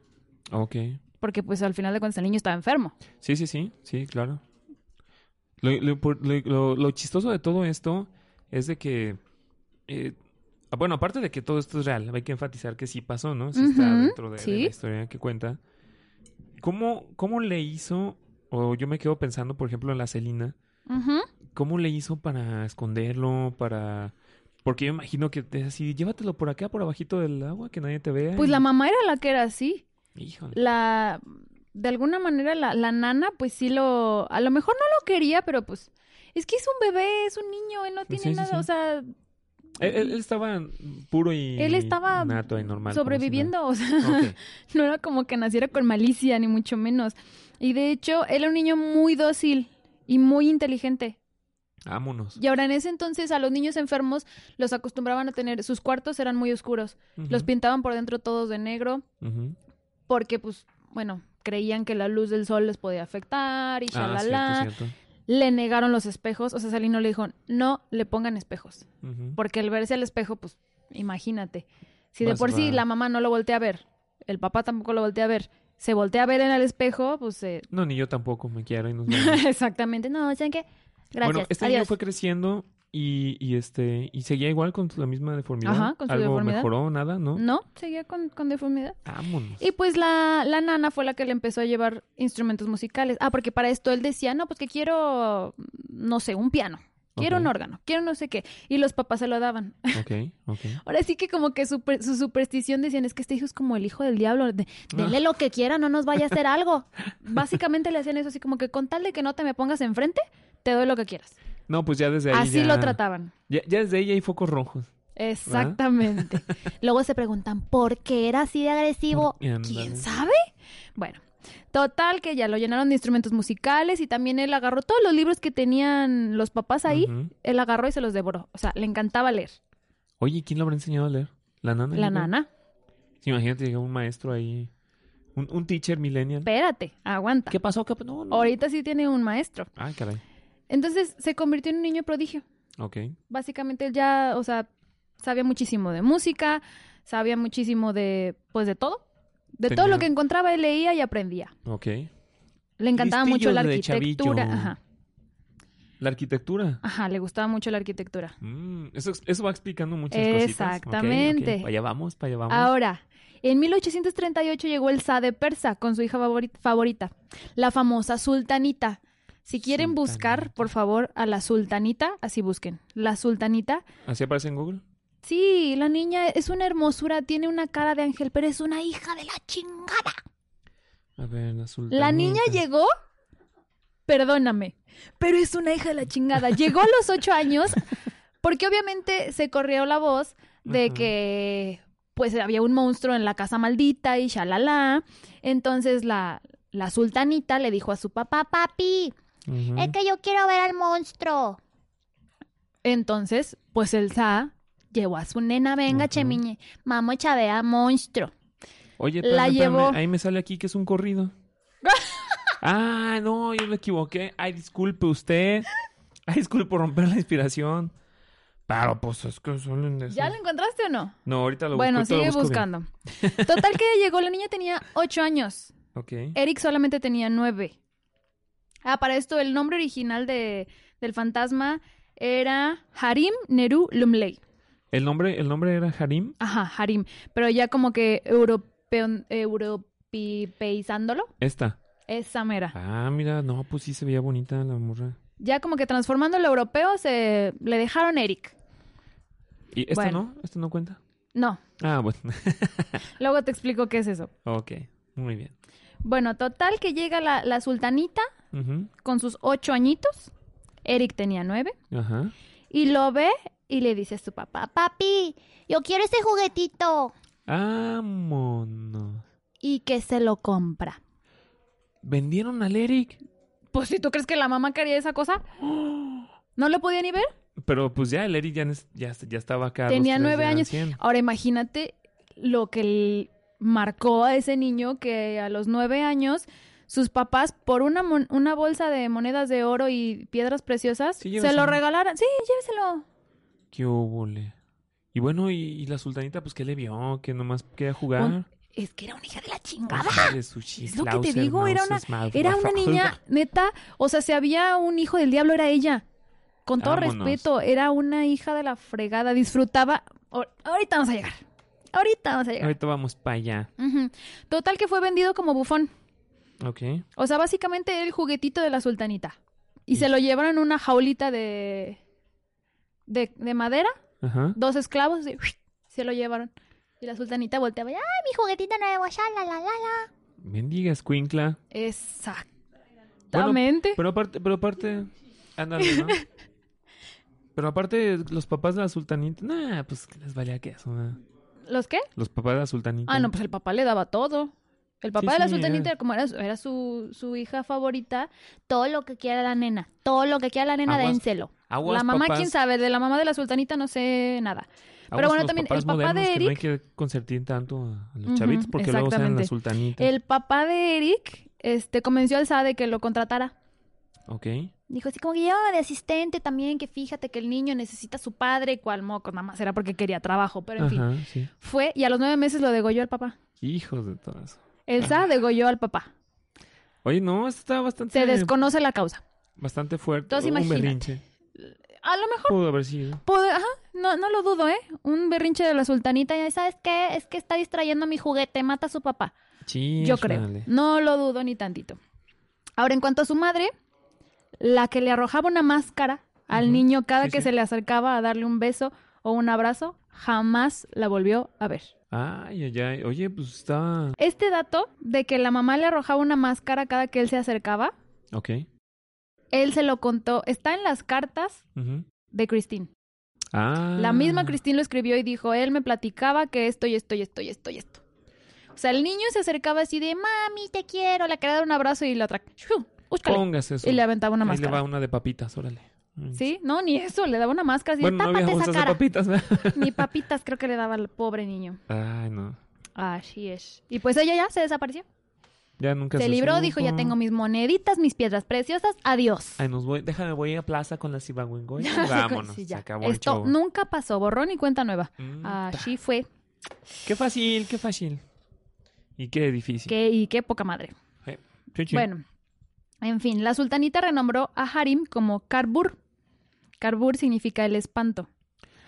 Speaker 1: Ok.
Speaker 2: porque pues al final de cuentas el niño estaba enfermo.
Speaker 1: Sí, sí, sí, sí, claro. Lo, lo impor- lo- lo- lo chistoso de todo esto es de que, eh, ah, bueno, aparte de que todo esto es real, hay que enfatizar que sí pasó, ¿no? Sí está
Speaker 2: Ujú,
Speaker 1: dentro de, de
Speaker 2: sí.
Speaker 1: la historia que cuenta. ¿Cómo, ¿Cómo le hizo, o yo me quedo pensando, por ejemplo, en la Celina,
Speaker 2: Ujú.
Speaker 1: cómo le hizo para esconderlo, para... Porque yo imagino que es así, llévatelo por acá, por abajito del agua, que nadie te vea.
Speaker 2: Pues
Speaker 1: y-
Speaker 2: la mamá era la que era así.
Speaker 1: Híjole.
Speaker 2: La, de alguna manera la, la nana pues sí lo, a lo mejor no lo quería, pero pues es que es un bebé, es un niño, él no tiene
Speaker 1: Sí, sí,
Speaker 2: nada,
Speaker 1: sí.
Speaker 2: o sea,
Speaker 1: Él, él- él estaba puro y...
Speaker 2: él estaba
Speaker 1: nato y normal. como si nada.
Speaker 2: sobreviviendo, o sea,
Speaker 1: Ok.
Speaker 2: no era como que naciera con malicia, ni mucho menos. Y de hecho, él era un niño muy dócil y muy inteligente.
Speaker 1: Vámonos.
Speaker 2: Y ahora en ese entonces a los niños enfermos los acostumbraban a tener, sus cuartos eran muy oscuros, los
Speaker 1: Ujú,
Speaker 2: pintaban por dentro todos de negro,
Speaker 1: ujú.
Speaker 2: porque pues, bueno, creían que la luz del sol les podía afectar y
Speaker 1: Ah,
Speaker 2: shalala.
Speaker 1: cierto, cierto.
Speaker 2: Le negaron los espejos, o sea, Salino le dijo, no le pongan espejos,
Speaker 1: Ujú.
Speaker 2: porque al verse al espejo, pues, imagínate, si de
Speaker 1: Vas,
Speaker 2: por sí
Speaker 1: va.
Speaker 2: la mamá no lo voltea a ver, el papá tampoco lo voltea a ver, se voltea a ver en el espejo, pues, eh,
Speaker 1: No, ni yo tampoco me quiero y nos vemos.
Speaker 2: exactamente, no, ¿saben qué? Gracias,
Speaker 1: Bueno, este niño
Speaker 2: adiós.
Speaker 1: fue creciendo y, y este y seguía igual con la misma deformidad.
Speaker 2: Ajá, con su
Speaker 1: Algo
Speaker 2: deformidad.
Speaker 1: mejoró, nada, ¿no?
Speaker 2: No, seguía con, con deformidad.
Speaker 1: Vámonos.
Speaker 2: Y pues la, la nana fue la que le empezó a llevar instrumentos musicales. Ah, porque para esto él decía, no, pues que quiero, no sé, un piano. Quiero un
Speaker 1: Ok.
Speaker 2: órgano, quiero no sé qué. Y los papás se lo daban.
Speaker 1: Ok, ok.
Speaker 2: Ahora sí que como que super- su superstición decían, es que este hijo es como el hijo del diablo. de-
Speaker 1: Ah.
Speaker 2: Dele lo que quiera, no nos vaya a hacer algo. Básicamente le hacían eso así como que con tal de que no te me pongas enfrente, te doy lo que quieras.
Speaker 1: No, pues ya desde ahí.
Speaker 2: Así
Speaker 1: ya-
Speaker 2: lo trataban.
Speaker 1: Ya, ya desde ahí hay focos rojos.
Speaker 2: Exactamente.
Speaker 1: ¿Ah?
Speaker 2: Luego se preguntan, ¿por qué era así de agresivo?
Speaker 1: Y ándale.
Speaker 2: ¿Quién sabe? Bueno, total que ya lo llenaron de instrumentos musicales y también él agarró todos los libros que tenían los papás Pues ahí,
Speaker 1: Ujú.
Speaker 2: él agarró y se los devoró. O sea, le encantaba leer.
Speaker 1: Oye, ¿quién lo habrá enseñado a leer? La nana.
Speaker 2: La
Speaker 1: yo creo?
Speaker 2: nana,
Speaker 1: Sí, imagínate, llega un maestro ahí. Un, un teacher millennial.
Speaker 2: espérate, aguanta.
Speaker 1: ¿Qué pasó? ¿Qué pa- No, no.
Speaker 2: Ahorita sí tiene un maestro.
Speaker 1: Ah, caray.
Speaker 2: Entonces se convirtió en un niño prodigio.
Speaker 1: Ok.
Speaker 2: Básicamente él ya, o sea, sabía muchísimo de música, sabía muchísimo de, pues de todo. De todo
Speaker 1: Tenía-
Speaker 2: lo que encontraba, él leía y aprendía.
Speaker 1: Ok.
Speaker 2: Le encantaba mucho la
Speaker 1: Listillo de
Speaker 2: arquitectura.
Speaker 1: chavillo.
Speaker 2: Ajá,
Speaker 1: La arquitectura.
Speaker 2: ajá, le gustaba mucho la arquitectura.
Speaker 1: Mm, eso, ex- eso va explicando muchas cositas.
Speaker 2: Exactamente.
Speaker 1: Para allá vamos, para allá vamos.
Speaker 2: Ahora, en 1838 llegó el Shah de Persa con su hija favori- favorita, la famosa sultanita. Si quieren buscar,
Speaker 1: Sultanita.
Speaker 2: por favor, a la sultanita, así busquen. La sultanita.
Speaker 1: ¿Así aparece en Google?
Speaker 2: Sí, la niña es una hermosura, tiene una cara de ángel, pero es una hija de la chingada.
Speaker 1: A ver, la sultanita.
Speaker 2: La niña llegó, perdóname, pero es una hija de la chingada. Llegó a los ocho años, porque obviamente se corrió la voz de
Speaker 1: Ajá.
Speaker 2: que pues había un monstruo en la casa maldita y shalala. Entonces la, la sultanita le dijo a su papá, papi,
Speaker 1: Ujú.
Speaker 4: Es que yo quiero ver al monstruo.
Speaker 2: entonces pues el Sa llevó a su nena, venga
Speaker 1: Ajá.
Speaker 2: chemiñe, mamá chavea monstruo.
Speaker 1: Oye,
Speaker 2: la
Speaker 1: espérame, espérame,
Speaker 2: llevó.
Speaker 1: Ahí me sale aquí que es un corrido. ah, no, yo me equivoqué. Ay, disculpe usted. Ay, disculpe por romper la inspiración. Pero pues es que solo en eso.
Speaker 2: ¿Ya lo encontraste o no?
Speaker 1: No, ahorita lo
Speaker 2: bueno,
Speaker 1: busco.
Speaker 2: sigue
Speaker 1: ahorita lo busco bien.
Speaker 2: buscando. Total que llegó, la niña tenía ocho años.
Speaker 1: Ok.
Speaker 2: Eric solamente tenía nueve. Ah, para esto, el nombre original de, del fantasma era Harim Neru Lumley.
Speaker 1: El nombre, el nombre era Harim.
Speaker 2: Ajá, Harim. Pero ya como que europeon- eh, europipeizándolo,
Speaker 1: Esta.
Speaker 2: esa mera.
Speaker 1: Ah, mira, no, pues sí se veía bonita la morra.
Speaker 2: Ya como que transformando el europeo, se le dejaron Eric.
Speaker 1: ¿Y esta
Speaker 2: Bueno.
Speaker 1: no? ¿Esta no cuenta?
Speaker 2: No,
Speaker 1: Ah, bueno.
Speaker 2: luego te explico qué es eso.
Speaker 1: ok, muy bien.
Speaker 2: Bueno, total que llega la, la sultanita
Speaker 1: Ujú,
Speaker 2: con sus ocho añitos. Eric tenía nueve.
Speaker 1: Ajá.
Speaker 2: Y lo ve y le dice a su papá.
Speaker 4: Papi, yo quiero ese juguetito.
Speaker 1: Vámonos.
Speaker 2: Y que se lo compra.
Speaker 1: ¿Vendieron al Eric?
Speaker 2: Pues si tú crees que la mamá quería esa cosa, no lo podía ni ver.
Speaker 1: Pero pues ya el Eric ya, nes- ya, ya estaba acá. los
Speaker 2: Tenía
Speaker 1: tres
Speaker 2: nueve
Speaker 1: ya
Speaker 2: años.
Speaker 1: cien.
Speaker 2: Ahora imagínate lo que l- marcó a ese niño que a los nueve años sus papás por una, mon- una bolsa de monedas de oro y piedras preciosas
Speaker 1: Sí,
Speaker 2: se lo
Speaker 1: lléveselo.
Speaker 2: regalaran. Sí, lléveselo.
Speaker 1: Qué óvole. Y bueno, y, y la sultanita, pues, ¿qué le vio? Que nomás quería jugar.
Speaker 2: Un- Es que era una hija de la chingada.
Speaker 1: Ujale, sushi,
Speaker 2: Es lo que te
Speaker 1: Schlauser,
Speaker 2: digo, era
Speaker 1: Mauser, Smaug,
Speaker 2: Era una
Speaker 1: Waffle.
Speaker 2: niña, neta, o sea, si había un hijo del diablo era ella. Con todo
Speaker 1: Vámonos.
Speaker 2: respeto, era una hija de la fregada, disfrutaba. Ahor- Ahorita vamos a llegar. Ahorita vamos a llegar.
Speaker 1: Ahorita vamos para allá.
Speaker 2: Ujú. Total que fue vendido como bufón.
Speaker 1: Ok.
Speaker 2: O sea, básicamente era el juguetito de la sultanita. Y se lo llevaron en una jaulita de, de, de madera,
Speaker 1: Ajá.
Speaker 2: dos esclavos, y se lo llevaron. Y la sultanita volteaba, ¡ah!
Speaker 4: Ay, mi juguetito nuevo, ya, la, la, la, la.
Speaker 1: Bendiga, Squinkla.
Speaker 2: Exactamente.
Speaker 1: Pero aparte, pero aparte. Ándale, ¿no? Pero aparte, los papás de la sultanita. Nah, pues ¿qué les valía que eso. nah?
Speaker 2: ¿Los qué?
Speaker 1: Los papás de la sultanita.
Speaker 2: Ah, no, pues el papá le daba todo. El papá
Speaker 1: Sí,
Speaker 2: de la
Speaker 1: sí, eh.
Speaker 2: sultanita,
Speaker 1: era-
Speaker 2: como era, su- era su, su hija favorita,
Speaker 4: Todo lo que quiera la nena. Todo lo que quiera la nena,
Speaker 1: Aguas.
Speaker 4: dénselo.
Speaker 1: Aguas,
Speaker 2: la mamá,
Speaker 1: papás,
Speaker 2: quién sabe, de la mamá de la sultanita no sé nada.
Speaker 1: aguas
Speaker 2: pero bueno,
Speaker 1: con los
Speaker 2: también el
Speaker 1: papás
Speaker 2: papá de
Speaker 1: modernos
Speaker 2: Eric-
Speaker 1: Que no hay que consentir tanto a a los
Speaker 2: Ujú,
Speaker 1: chavitos porque luego sean la
Speaker 2: exactamente.
Speaker 1: sultanita.
Speaker 2: El papá de Eric este, convenció al SAD de que lo contratara.
Speaker 1: Ok.
Speaker 4: Dijo así
Speaker 2: Así como que ya de asistente también, que fíjate que el niño necesita a su padre, cual moco, nada más era porque quería trabajo, pero en fin.
Speaker 1: Ajá, sí.
Speaker 2: Fue y a los nueve meses lo degolló al papá.
Speaker 1: Hijos de todas.
Speaker 2: El SAD degolló al papá.
Speaker 1: Oye, no, esto está bastante,
Speaker 2: Se desconoce la causa.
Speaker 1: bastante fuerte. Oh,
Speaker 2: Entonces,
Speaker 1: un
Speaker 2: imagínate.
Speaker 1: berrinche.
Speaker 2: A lo mejor
Speaker 1: Pudo haber sido.
Speaker 2: pudo- ajá, no, no lo dudo, ¿eh? Un berrinche de la sultanita, ya sabes qué, es que está distrayendo a mi juguete, mata a su papá. Yo creo.
Speaker 1: Chíjale.
Speaker 2: No lo dudo ni tantito. Ahora, en cuanto a su madre, la que le arrojaba una máscara al
Speaker 1: Ujú.
Speaker 2: niño cada
Speaker 1: Sí,
Speaker 2: que
Speaker 1: sí.
Speaker 2: se le acercaba a darle un beso o un abrazo, jamás la volvió a ver.
Speaker 1: Ay, ay, ay. Oye, pues está.
Speaker 2: Este dato de que la mamá le arrojaba una máscara cada que él se acercaba,
Speaker 1: Ok.
Speaker 2: él se lo contó. Está en las cartas
Speaker 1: Ujú.
Speaker 2: de Christine.
Speaker 1: Ah.
Speaker 2: La misma Christine lo escribió y dijo, él me platicaba que esto y esto y esto y esto y esto. O sea, el niño se acercaba así de, mami, te quiero, le quería dar un abrazo y la otra, "Shuu, úscale".
Speaker 1: Póngase eso.
Speaker 2: Y le aventaba una
Speaker 1: Ahí le
Speaker 2: máscara.
Speaker 1: va una de papitas, órale. Mm.
Speaker 2: Sí, no, ni eso, le daba una máscara así,
Speaker 1: Bueno, no había
Speaker 2: tápate esa
Speaker 1: bolsas de
Speaker 2: cara.
Speaker 1: papitas, ¿verdad?
Speaker 2: Ni papitas creo que le daba al pobre niño.
Speaker 1: Ay, no.
Speaker 2: Así es. Y pues ella ya se desapareció.
Speaker 1: Ya nunca
Speaker 2: se libró, dijo, ya
Speaker 1: supo.
Speaker 2: tengo mis moneditas, mis piedras preciosas, adiós.
Speaker 1: Ay, nos voy, déjame, voy a plaza con la Cibagüengoy.
Speaker 2: Ya se co-
Speaker 1: Vámonos.
Speaker 2: sí,
Speaker 1: Se
Speaker 2: ya.
Speaker 1: acabó el
Speaker 2: Esto
Speaker 1: show.
Speaker 2: nunca pasó, borrón y cuenta nueva.
Speaker 1: Mm,
Speaker 2: Así fue.
Speaker 1: Qué fácil, qué fácil. Y qué difícil.
Speaker 2: Qué, y qué poca madre.
Speaker 1: Sí, sí.
Speaker 2: Bueno, en fin, la sultanita renombró a Harim como Karbur. Karbur significa el espanto.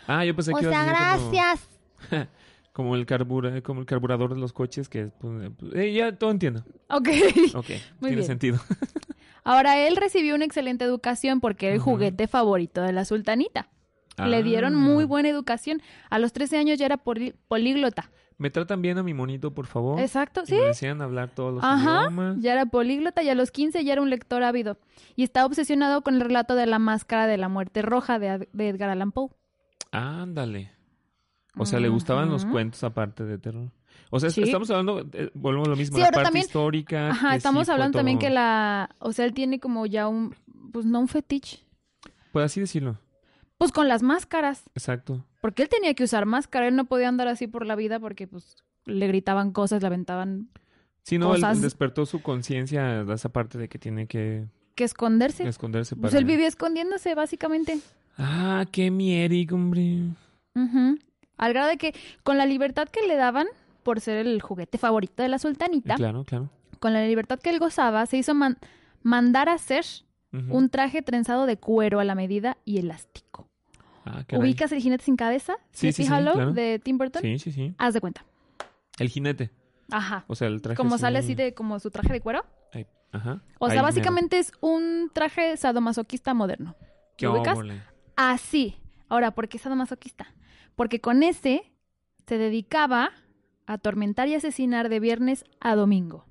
Speaker 1: Ah, yo pensé
Speaker 4: O
Speaker 1: que ibas a
Speaker 4: sea,
Speaker 1: decir como-
Speaker 4: gracias.
Speaker 1: Como, el carbura, como el carburador de los coches que pues, eh, ya todo entiendo.
Speaker 2: Ok.
Speaker 1: Ok,
Speaker 2: Muy
Speaker 1: tiene
Speaker 2: bien.
Speaker 1: sentido.
Speaker 2: Ahora él recibió una excelente educación porque era el
Speaker 1: Ujú.
Speaker 2: juguete favorito de la sultanita. Le dieron
Speaker 1: Ah.
Speaker 2: muy buena educación. A los 13 años ya era poli- políglota.
Speaker 1: Me tratan bien a mi monito, por favor.
Speaker 2: Exacto,
Speaker 1: Y
Speaker 2: sí.
Speaker 1: Me decían hablar todos los
Speaker 2: Ajá,
Speaker 1: idiomas.
Speaker 2: Ya era políglota y a los 15 ya era un lector ávido. Y estaba obsesionado con el relato de la máscara de la muerte roja de, Ad- de Edgar Allan Poe.
Speaker 1: Ándale. O sea, le gustaban los
Speaker 2: Ujú.
Speaker 1: cuentos aparte de terror. O sea, es-
Speaker 2: Sí.
Speaker 1: estamos hablando, eh, volvemos a lo mismo,
Speaker 2: Sí,
Speaker 1: la
Speaker 2: ahora
Speaker 1: parte
Speaker 2: también-
Speaker 1: histórica. Ah, que
Speaker 2: Ajá,
Speaker 1: sí
Speaker 2: estamos
Speaker 1: fue
Speaker 2: hablando también
Speaker 1: todo-
Speaker 2: que la... O sea, él tiene como ya un... Pues no un fetiche.
Speaker 1: Pues así decirlo,
Speaker 2: Pues con las máscaras.
Speaker 1: exacto.
Speaker 2: Porque él tenía que usar máscara. Él no podía andar así por la vida porque pues le gritaban cosas, le aventaban
Speaker 1: Sí, no, él
Speaker 2: Cosas-
Speaker 1: despertó su conciencia de esa parte de que tiene que
Speaker 2: que esconderse.
Speaker 1: esconderse para...
Speaker 2: Pues él vivía escondiéndose básicamente.
Speaker 1: Ah, qué mieric, hombre.
Speaker 2: Ujú. Al grado de que con la libertad que le daban por ser el juguete favorito de la sultanita,
Speaker 1: Eh, Claro, claro.
Speaker 2: con la libertad que él gozaba, se hizo man- mandar a hacer
Speaker 1: Ujú.
Speaker 2: un traje trenzado de cuero a la medida y elástico.
Speaker 1: Ah, caray.
Speaker 2: ¿Ubicas el jinete sin cabeza?
Speaker 1: Sí,
Speaker 2: Sleepy
Speaker 1: sí, sí,
Speaker 2: Hollow
Speaker 1: claro.
Speaker 2: de Tim Burton.
Speaker 1: Sí, sí, sí.
Speaker 2: Haz de cuenta.
Speaker 1: El jinete.
Speaker 2: Ajá.
Speaker 1: O sea, el traje.
Speaker 2: Como sale así de como su traje de cuero.
Speaker 1: Ahí, Ajá.
Speaker 2: O sea,
Speaker 1: Ahí mero.
Speaker 2: básicamente es un traje sadomasoquista moderno.
Speaker 1: ¿Qué
Speaker 2: ubicas?
Speaker 1: óvole?
Speaker 2: Así. Ahora, ¿por qué sadomasoquista? Porque con ese se dedicaba a atormentar y asesinar de viernes a domingo.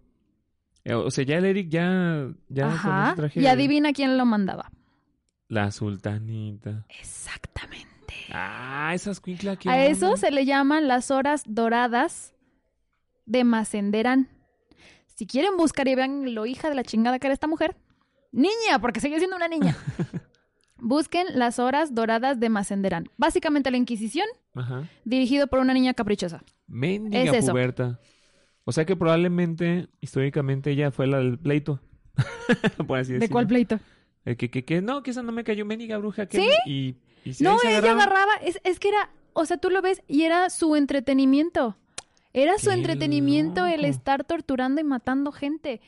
Speaker 1: Eh, O sea, ya el Eric ya. ya con
Speaker 2: Ajá.
Speaker 1: ese traje-
Speaker 2: Y adivina quién lo mandaba.
Speaker 1: La sultanita.
Speaker 2: Exactamente.
Speaker 1: Ah, esas cuincla que.
Speaker 2: A eso se le llaman las horas doradas de Macenderán. Si quieren buscar y vean lo hija de la chingada que era esta mujer, niña, porque sigue siendo una niña. Busquen las horas doradas de Macenderán. Básicamente la Inquisición,
Speaker 1: Ajá.
Speaker 2: dirigido por una niña caprichosa.
Speaker 1: Mendiga
Speaker 2: Es eso.
Speaker 1: puberta. O sea que probablemente, históricamente, ella fue la del pleito. Por así
Speaker 2: ¿De
Speaker 1: decirlo.
Speaker 2: cuál pleito?
Speaker 1: Eh, que, que, que, no, que esa no me cayó, mendiga bruja. Que
Speaker 2: ¿Sí?
Speaker 1: Y, y si
Speaker 2: No,
Speaker 1: ahí se
Speaker 2: ella
Speaker 1: agarraban-
Speaker 2: agarraba, es, es que era, o sea, tú lo ves y era su entretenimiento. Era su
Speaker 1: Qué
Speaker 2: entretenimiento el
Speaker 1: loco.
Speaker 2: estar torturando y matando gente.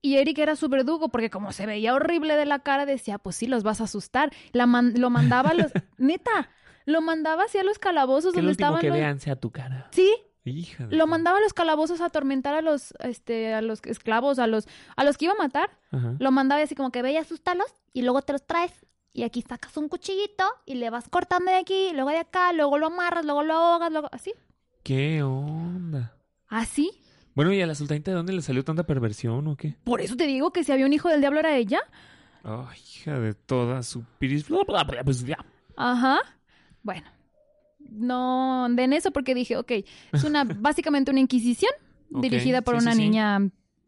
Speaker 2: Y Eric era su verdugo porque como se veía horrible de la cara decía, pues sí, los vas a asustar. La man- lo mandaba a los... neta, lo mandaba hacia los calabozos
Speaker 1: Que el
Speaker 2: donde
Speaker 1: último
Speaker 2: estaban
Speaker 1: que
Speaker 2: los...
Speaker 1: vean sea tu cara.
Speaker 2: Sí,
Speaker 1: Hija de-
Speaker 2: lo mandaba a los calabozos a atormentar a los, este, a los esclavos, a los, a los que iba a matar.
Speaker 1: Ajá.
Speaker 2: Lo mandaba así como que
Speaker 4: Que ve y asústalos y luego te los traes. Y aquí sacas un cuchillito y le vas cortando de aquí, luego de acá, luego lo amarras, luego lo ahogas, luego así.
Speaker 1: ¿Qué onda?
Speaker 2: así.
Speaker 1: Bueno, ¿y a la sultanita de dónde le salió tanta perversión o qué?
Speaker 2: Por eso te digo que si había un hijo del diablo era ella.
Speaker 1: Ay, hija de toda su piris. Bla, bla, bla, pues, ya.
Speaker 2: Ajá. Bueno, no andé en eso porque dije, ok, es una básicamente una inquisición
Speaker 1: Ok,
Speaker 2: dirigida por
Speaker 1: sí,
Speaker 2: una
Speaker 1: sí, sí.
Speaker 2: niña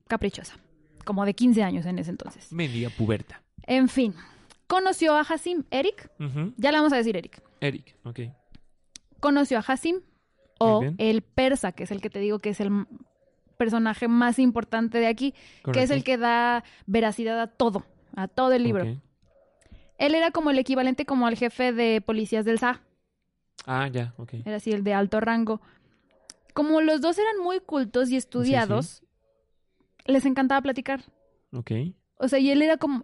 Speaker 2: caprichosa, como de 15 años en ese entonces.
Speaker 1: Mendiga puberta.
Speaker 2: En fin, conoció a Hassim, Eric,
Speaker 1: Ujú.
Speaker 2: ya le vamos a decir Eric.
Speaker 1: Eric, ok.
Speaker 2: Conoció a Hassim o
Speaker 1: Muy bien.
Speaker 2: el persa, que es el que te digo que es el m- personaje más importante de aquí, que es el que da veracidad a todo, a todo el libro.
Speaker 1: Ok.
Speaker 2: Él era como el equivalente como al jefe de policías del SA.
Speaker 1: Ah, ya, ok.
Speaker 2: era así el de alto rango. Como los dos eran muy cultos y estudiados, les encantaba platicar.
Speaker 1: Ok.
Speaker 2: O sea, y él era como...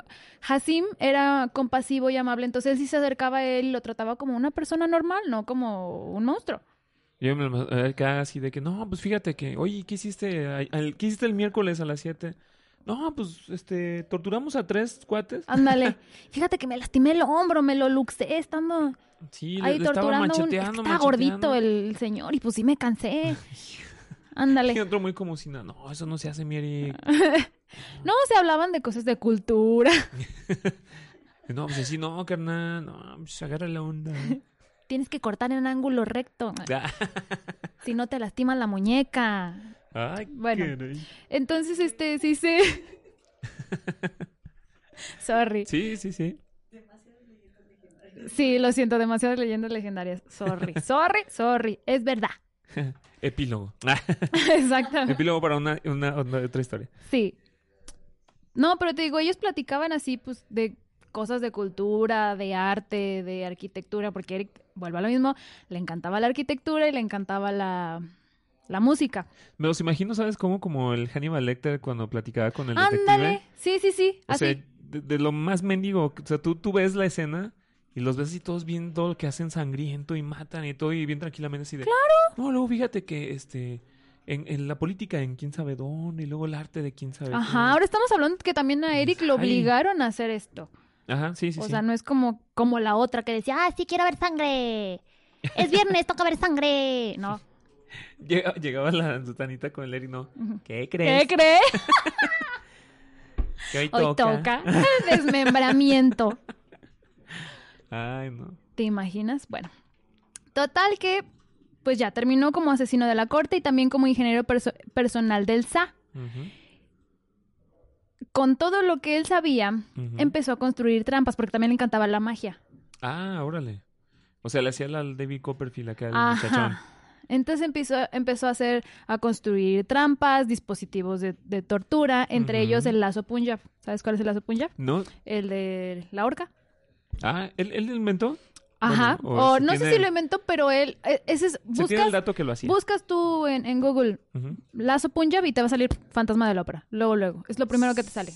Speaker 2: Hasim era compasivo y amable, entonces él sí se acercaba a él y lo trataba como una persona normal, no como un monstruo.
Speaker 1: Yo me lo eh, quedaba así de que, no, pues fíjate que, oye, ¿qué hiciste, a- al- ¿qué hiciste el miércoles a las 7? No, pues, este, torturamos a tres cuates.
Speaker 2: Ándale.
Speaker 4: Fíjate que me lastimé el hombro, me lo luxé estando
Speaker 1: Sí, le,
Speaker 2: Ahí
Speaker 1: le estaba
Speaker 2: torturando a un...
Speaker 1: macheteando,
Speaker 2: Está gordito
Speaker 1: macheteando.
Speaker 2: el señor y pues sí me cansé. Ándale.
Speaker 1: Y otro muy como si nada. No, eso no se hace, mi Eric.
Speaker 2: No, se hablaban de cosas de cultura.
Speaker 1: No, pues así no, carnal. No, pues agarra la onda. Ah.
Speaker 2: Tienes que cortar en ángulo recto, si no te lastiman la muñeca.
Speaker 1: Ay,
Speaker 2: Bueno.
Speaker 1: caray.
Speaker 2: Entonces, este, sí se... Sorry.
Speaker 1: Sí, sí, sí.
Speaker 2: Sí, lo siento, demasiadas leyendas legendarias. Sorry, sorry, sorry. Es verdad.
Speaker 1: Epílogo. Ah,
Speaker 2: Exactamente.
Speaker 1: Epílogo para una, una- una- otra historia.
Speaker 2: Sí. No, pero te digo, ellos platicaban así, pues, de cosas de cultura, de arte, de arquitectura, porque Eric, vuelvo a lo mismo, le encantaba la arquitectura y le encantaba la, la música.
Speaker 1: Me los imagino, ¿sabes cómo? Como el Hannibal Lecter cuando platicaba con el
Speaker 2: Ándale.
Speaker 1: detective.
Speaker 2: Sí, sí, ¿Ah, sí.
Speaker 1: O
Speaker 2: Así.
Speaker 1: sea, de, de lo más mendigo. O sea, tú, tú ves la escena y los ves así todos bien todo lo que hacen sangriento y matan y todo y bien tranquilamente así de... ¡Claro! No, luego fíjate que este... En, en la política en quién sabe dónde y luego el arte de quién sabe
Speaker 2: Ajá, ahora estamos hablando que también a Eric lo
Speaker 1: eh, Ay.
Speaker 2: obligaron a hacer esto.
Speaker 1: qué. Ajá, sí, sí,
Speaker 2: o
Speaker 1: sí.
Speaker 2: sea, no es como, como la otra que decía,
Speaker 4: decía, ah, sí quiero ver sangre. Es viernes, toca ver sangre. No.
Speaker 1: Llega- Llegaba la sutanita con el Eric, no. ¿Qué
Speaker 2: ¿qué
Speaker 1: crees?
Speaker 2: cree?
Speaker 1: Que hoy,
Speaker 2: Hoy toca desmembramiento.
Speaker 1: Ay, no.
Speaker 2: ¿Te imaginas? Bueno, total que pues ya terminó como asesino de la corte y también como ingeniero perso- personal del SA.
Speaker 1: Ujú,
Speaker 2: Con todo lo que él sabía,
Speaker 1: ujú.
Speaker 2: empezó a construir trampas porque también le encantaba la magia.
Speaker 1: Ah, órale. O sea, le hacía la al David Copperfield acá al muchachón.
Speaker 2: Ajá. Entonces empezó, empezó a hacer, a construir trampas, dispositivos de, de tortura, entre
Speaker 1: Ujú.
Speaker 2: ellos el lazo Punjab. ¿Sabes cuál es el lazo Punjab?
Speaker 1: ¿No?
Speaker 2: El de la horca.
Speaker 1: Ah, ¿él, él inventó?
Speaker 2: Ajá.
Speaker 1: Bueno, o
Speaker 2: o
Speaker 1: se
Speaker 2: no sé
Speaker 1: tiene-
Speaker 2: si lo inventó, pero él. e- Ese es.
Speaker 1: Se tiene el
Speaker 2: Buscas,
Speaker 1: dato que lo hacía.
Speaker 2: buscas tú en, en Google
Speaker 1: Ujú.
Speaker 2: Lazo Punjab y te va a salir Fantasma de la Ópera. Luego, luego. Es lo primero que te sale.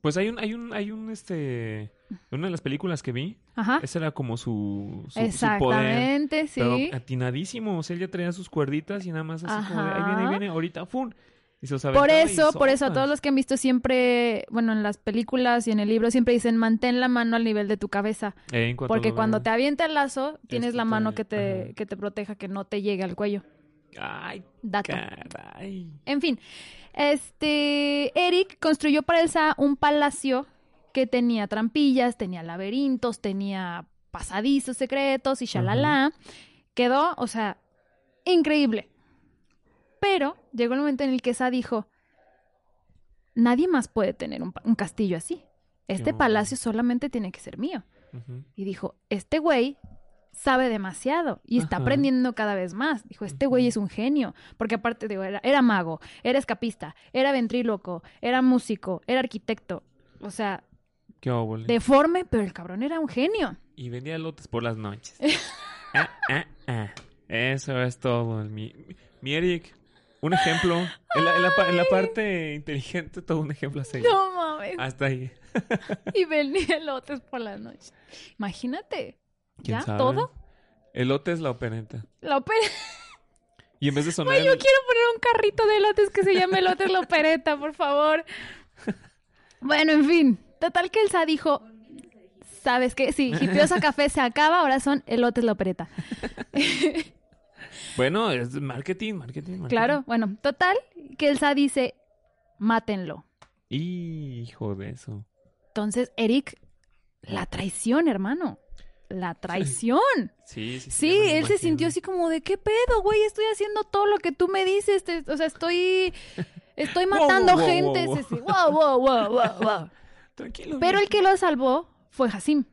Speaker 1: Pues hay un, hay un, hay un, este, una de las películas que vi,
Speaker 2: Ajá.
Speaker 1: ese era como su, su- su poder.
Speaker 2: Ah. Exactamente,
Speaker 1: Pero
Speaker 2: sí.
Speaker 1: atinadísimo, o sea, él ya traía sus cuerditas y nada más así como de, ahí viene, ahí
Speaker 2: Ajá.
Speaker 1: viene, ahorita, ¡fun! Y se los
Speaker 2: Por
Speaker 1: aventaba y
Speaker 2: eso, por eso, a
Speaker 1: sopas.
Speaker 2: todos los que han visto siempre, bueno, en las películas y en el libro siempre dicen mantén la mano al nivel de tu cabeza,
Speaker 1: Eh, en cuanto
Speaker 2: porque
Speaker 1: lo
Speaker 2: cuando te
Speaker 1: vean.
Speaker 2: avienta el lazo tienes
Speaker 1: que
Speaker 2: la
Speaker 1: te-
Speaker 2: mano que
Speaker 1: ajá.
Speaker 2: te, que te proteja, que no te llegue al cuello.
Speaker 1: Ay,
Speaker 2: Dato.
Speaker 1: caray.
Speaker 2: En fin, este Eric construyó para Elsa un palacio que tenía trampillas, tenía laberintos, tenía pasadizos secretos y shalala. Quedó, o sea, increíble. Pero llegó el momento en el que Elsa dijo, nadie más puede tener un, pa- un castillo así. Este
Speaker 1: Qué
Speaker 2: palacio solamente tiene que ser mío.
Speaker 1: Ujú.
Speaker 2: Y dijo, este güey sabe demasiado y está
Speaker 1: Ajá.
Speaker 2: aprendiendo cada vez más. Dijo, este güey
Speaker 1: Ujú.
Speaker 2: es un genio. Porque aparte, digo, era, era mago, era escapista, era ventríloco, era músico, era arquitecto. O sea,
Speaker 1: Qué óvole.
Speaker 2: deforme, pero el cabrón era un genio.
Speaker 1: Y vendía lotes por las noches. ah, ah, ah. Eso es todo. Mi, mi Eric, un ejemplo. En la, en la pa- en la parte inteligente, todo un ejemplo así.
Speaker 2: No mames.
Speaker 1: Hasta ahí.
Speaker 2: Y vendía elotes por la noche. Imagínate.
Speaker 1: ¿Quién
Speaker 2: ¿Ya?
Speaker 1: sabe?
Speaker 2: ¿Todo?
Speaker 1: Elote es la opereta.
Speaker 2: La opera.
Speaker 1: Y en vez de sonar.
Speaker 2: Güey, yo
Speaker 1: el-
Speaker 2: quiero poner un carrito de elotes que se llame Elotes La Opereta, por favor. Bueno, en fin. Total que Elsa dijo, ¿sabes qué? Sí, Hipiosa Café se acaba, ahora son Elotes La Opereta.
Speaker 1: Bueno, es marketing, marketing, marketing.
Speaker 2: Claro, bueno, total que Elsa dice, mátenlo.
Speaker 1: Hijo de eso.
Speaker 2: Entonces, Eric, la traición, hermano. La traición.
Speaker 1: Sí, sí.
Speaker 2: Sí,
Speaker 1: ya me lo
Speaker 2: él se
Speaker 1: imagino.
Speaker 2: sintió así como de qué pedo, güey, estoy haciendo todo lo que tú me dices, te- o sea, estoy estoy
Speaker 1: Wow,
Speaker 2: matando
Speaker 1: wow, wow,
Speaker 2: gente,
Speaker 1: wow.
Speaker 2: sí, sí, wow, wow, wow, wow, wow.
Speaker 1: Tranquilo.
Speaker 2: Pero el
Speaker 1: viejo.
Speaker 2: que lo salvó fue Hasim,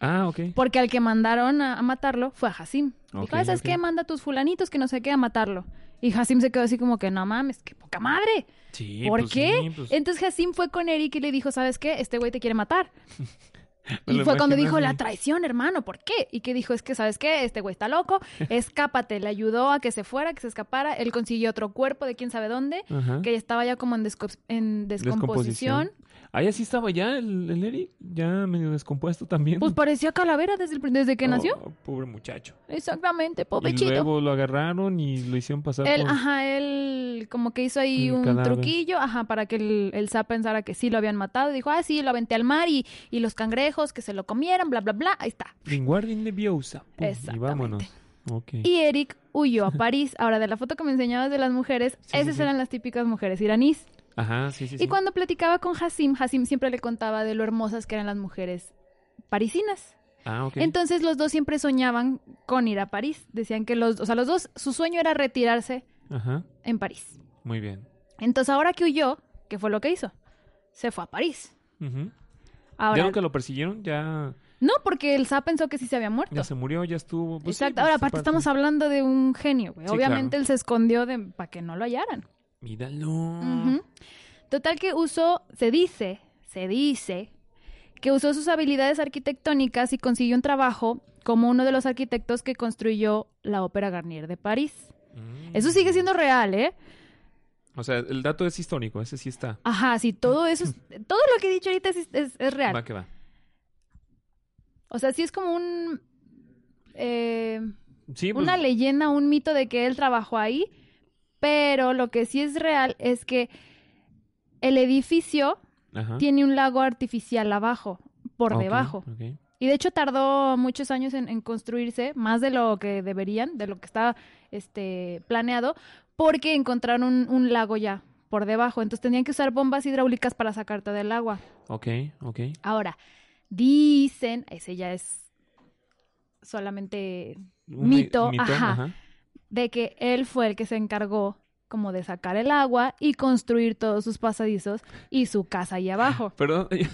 Speaker 1: Ah, ok.
Speaker 2: porque al que mandaron a, a matarlo fue a Hasim.
Speaker 1: Ok,
Speaker 2: Dijo, "Ah, ¿sabes
Speaker 1: ok.
Speaker 2: qué? Manda a tus fulanitos que no sé qué a matarlo. Y Hasim se quedó así como que, no mames, qué poca madre.
Speaker 1: Sí,
Speaker 2: ¿Por
Speaker 1: pues
Speaker 2: qué?
Speaker 1: sí, pues,
Speaker 2: Entonces Hasim fue con Eric y le dijo, ¿sabes qué? Este güey te quiere matar.
Speaker 1: me
Speaker 2: Y
Speaker 1: lo
Speaker 2: fue cuando
Speaker 1: imagino
Speaker 2: dijo la
Speaker 1: así.
Speaker 2: traición, hermano, ¿por qué? Y que dijo, es que, ¿sabes qué? Este güey está loco, escápate. Le ayudó a que se fuera, que se escapara. Él consiguió otro cuerpo de quién sabe dónde,
Speaker 1: Ajá.
Speaker 2: que estaba ya como en, desco- en descomposición.
Speaker 1: Ahí así estaba ya el, el Eric, ya medio descompuesto también.
Speaker 2: Pues parecía calavera desde, el prin- desde que
Speaker 1: Oh,
Speaker 2: nació.
Speaker 1: Pobre muchacho.
Speaker 2: Exactamente,
Speaker 1: Y
Speaker 2: pobrecito.
Speaker 1: luego lo agarraron y lo hicieron pasar
Speaker 2: Él,
Speaker 1: por...
Speaker 2: ajá, él como que hizo ahí
Speaker 1: El
Speaker 2: un
Speaker 1: cadáver.
Speaker 2: truquillo, ajá, para que el, el Sa pensara que sí lo habían matado. Y dijo, ah, sí, lo aventé al mar y, y los cangrejos que se lo comieron, bla, bla, bla. Ahí está.
Speaker 1: Wingardium Leviosa. Pum, Y
Speaker 2: Exactamente.
Speaker 1: vámonos. Ok.
Speaker 2: Y Eric huyó a París. Ahora, de la foto que me enseñabas de las mujeres,
Speaker 1: Sí, sí,
Speaker 2: esas
Speaker 1: sí.
Speaker 2: eran las típicas mujeres iraníes.
Speaker 1: Ajá, sí, sí, sí.
Speaker 2: Y cuando platicaba con Hasim, Hasim siempre le contaba de lo hermosas que eran las mujeres parisinas.
Speaker 1: Ah, ok.
Speaker 2: Entonces los dos siempre soñaban con ir a París. Decían que los, o sea, los dos, su sueño era retirarse
Speaker 1: Ajá,
Speaker 2: en París.
Speaker 1: muy bien.
Speaker 2: Entonces ahora que huyó, ¿qué fue lo que hizo? Se fue a París.
Speaker 1: Ujú. ¿Ya
Speaker 2: Ahora,
Speaker 1: nunca lo persiguieron? ¿Ya,
Speaker 2: no, porque el Sa pensó que sí se había muerto.
Speaker 1: ya se murió? ¿Ya estuvo? Pues sí,
Speaker 2: Exacto.
Speaker 1: pues,
Speaker 2: Ahora, aparte estamos hablando de un genio, güey.
Speaker 1: Sí,
Speaker 2: Obviamente
Speaker 1: claro.
Speaker 2: él se escondió de, para que no lo hallaran.
Speaker 1: Míralo.
Speaker 2: Ujú. Total que usó, se dice, se dice, que usó sus habilidades arquitectónicas y consiguió un trabajo como uno de los arquitectos que construyó la Ópera Garnier de París.
Speaker 1: Mm.
Speaker 2: Eso sigue siendo real, ¿eh?
Speaker 1: O sea, el dato es histórico, ese sí está.
Speaker 2: Ajá, sí, todo eso, es- todo lo que he dicho ahorita es, es- es
Speaker 1: Va
Speaker 2: real.
Speaker 1: que va.
Speaker 2: O sea, sí es como un... eh,
Speaker 1: Sí, pues,
Speaker 2: una leyenda, un mito de que él trabajó ahí, pero lo que sí es real es que el edificio
Speaker 1: ajá.
Speaker 2: tiene un lago artificial abajo, por
Speaker 1: Ok,
Speaker 2: debajo.
Speaker 1: ok.
Speaker 2: Y de hecho tardó muchos años en, en construirse, más de lo que deberían, de lo que estaba este, planeado, porque encontraron un, un lago ya por debajo. Entonces tenían que usar bombas hidráulicas para sacarte del agua.
Speaker 1: Ok, ok.
Speaker 2: Ahora, dicen, ese ya es solamente
Speaker 1: Un
Speaker 2: Mito,
Speaker 1: mito,
Speaker 2: ajá.
Speaker 1: ajá.
Speaker 2: de que él fue el que se encargó como de sacar el agua y construir todos sus pasadizos y su casa ahí abajo.
Speaker 1: Perdón, yo,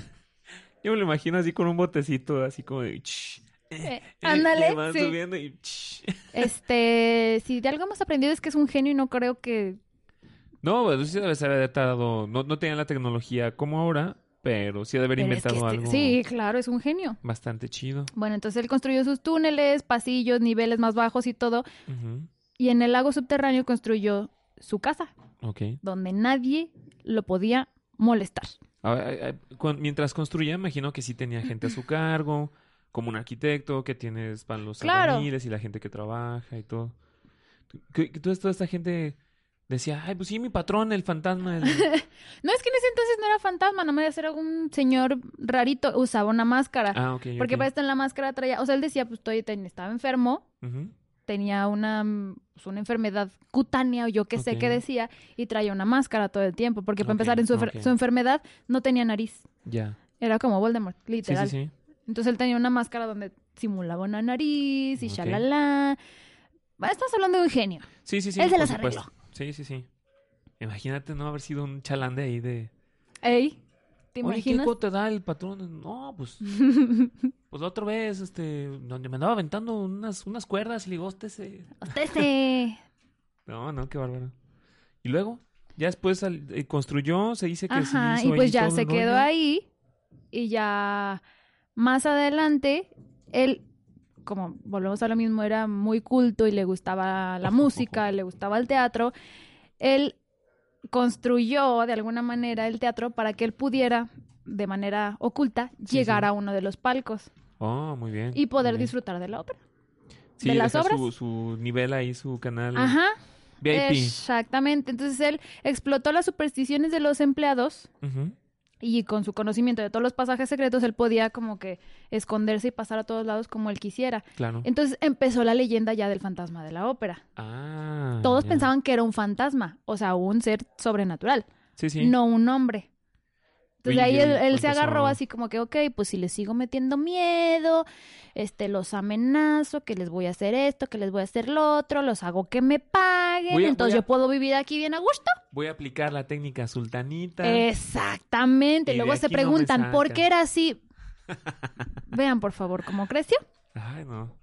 Speaker 1: yo me lo imagino así con un botecito, así como de... ch,
Speaker 2: Eh,
Speaker 1: y- y
Speaker 2: ándale,
Speaker 1: van
Speaker 2: sí.
Speaker 1: subiendo y... ch.
Speaker 2: Este, si de algo hemos aprendido es que es un genio y no creo que
Speaker 1: No, pues sí debe ser haber tardado- No, no tenían la tecnología como ahora, pero sí debe haber
Speaker 2: Pero es que
Speaker 1: inventado
Speaker 2: este-
Speaker 1: algo
Speaker 2: Sí, claro, es un genio.
Speaker 1: bastante chido.
Speaker 2: Bueno, entonces él construyó sus túneles, pasillos, niveles más bajos y todo,
Speaker 1: Ujú,
Speaker 2: y en el lago subterráneo construyó su casa,
Speaker 1: Ok.
Speaker 2: donde nadie lo podía molestar.
Speaker 1: A- a- a- cuan- mientras construía, imagino que sí tenía gente a su cargo, como un arquitecto que tienes para los
Speaker 2: Claro.
Speaker 1: albañiles y la gente que trabaja y todo. Tú- que- que Toda toda esta gente decía, ay, pues sí, mi patrón, el fantasma. el-".
Speaker 2: No, es que en ese entonces no era fantasma, no me decía, era un señor rarito, usaba una máscara.
Speaker 1: Ah, ok.
Speaker 2: porque pues,
Speaker 1: ok.
Speaker 2: para esto en la máscara traía, o sea, él decía, pues estoy, ten- estaba enfermo,
Speaker 1: Ujú.
Speaker 2: tenía una, mm, pues, una enfermedad cutánea o yo qué sé qué
Speaker 1: Ok.
Speaker 2: decía, y traía una máscara todo el tiempo, porque para
Speaker 1: Ok,
Speaker 2: empezar en su, enfer-
Speaker 1: ok.
Speaker 2: su enfermedad no tenía nariz,
Speaker 1: Ya.
Speaker 2: era como Voldemort,
Speaker 1: Sí,
Speaker 2: literal.
Speaker 1: sí, sí.
Speaker 2: Entonces él tenía una máscara donde simulaba una nariz y
Speaker 1: Ok.
Speaker 2: shalala. Bueno, Estamos hablando de un genio.
Speaker 1: Sí, sí, sí.
Speaker 4: Él se
Speaker 1: por
Speaker 4: las
Speaker 1: supuesto. Sí, sí, sí. Imagínate no haber sido un chalán de ahí de...
Speaker 2: Ey, ¿te
Speaker 1: Oye, ¿qué
Speaker 2: imaginas?
Speaker 1: cuota da el patrón? No, pues... Pues la otra vez, este... Donde me andaba aventando unas, unas cuerdas y le digo, "Hostia, ese-".
Speaker 4: Usted se...
Speaker 1: No, no, qué bárbaro. Y luego, ya después al- eh, construyó, se dice que sí
Speaker 2: Ajá,
Speaker 1: hizo
Speaker 2: y pues
Speaker 1: ahí
Speaker 2: ya
Speaker 1: todo
Speaker 2: se
Speaker 1: el
Speaker 2: quedó
Speaker 1: rollo.
Speaker 2: ahí y ya más adelante él como volvemos a lo mismo era muy culto y le gustaba la música, le gustaba el teatro. Él construyó de alguna manera el teatro para que él pudiera de manera oculta
Speaker 1: sí.
Speaker 2: llegar a uno de los palcos
Speaker 1: Oh, muy bien.
Speaker 2: y poder
Speaker 1: muy bien.
Speaker 2: disfrutar de la ópera.
Speaker 1: Sí,
Speaker 2: de las
Speaker 1: dejar
Speaker 2: obras.
Speaker 1: Su, su nivel ahí, su canal
Speaker 2: Ajá,
Speaker 1: VIP.
Speaker 2: exactamente. Entonces él explotó las supersticiones de los empleados
Speaker 1: Ujú.
Speaker 2: Y con su conocimiento de todos los pasajes secretos, él podía como que esconderse y pasar a todos lados como él quisiera.
Speaker 1: Claro.
Speaker 2: Entonces empezó la leyenda ya del fantasma de la ópera.
Speaker 1: Ah,
Speaker 2: Todos
Speaker 1: ya.
Speaker 2: pensaban que era un fantasma, o sea, un ser sobrenatural,
Speaker 1: Sí, sí.
Speaker 2: no un hombre. Entonces
Speaker 1: Oye,
Speaker 2: ahí él,
Speaker 1: y
Speaker 2: él se
Speaker 1: empezó-
Speaker 2: agarró así como que, ok, pues si les sigo metiendo miedo, este, los amenazo, que les voy a hacer esto, que les voy a hacer lo otro, los hago que me paguen,
Speaker 1: Voy a-
Speaker 2: entonces
Speaker 1: voy a-
Speaker 2: yo puedo vivir aquí bien a gusto.
Speaker 1: Voy a aplicar la técnica sultanita.
Speaker 2: Exactamente.
Speaker 1: Y de
Speaker 2: Luego se
Speaker 1: aquí no me
Speaker 2: preguntan, ¿por
Speaker 1: sacan".
Speaker 2: qué era así? Vean, por favor, cómo creció.
Speaker 1: Ay, no.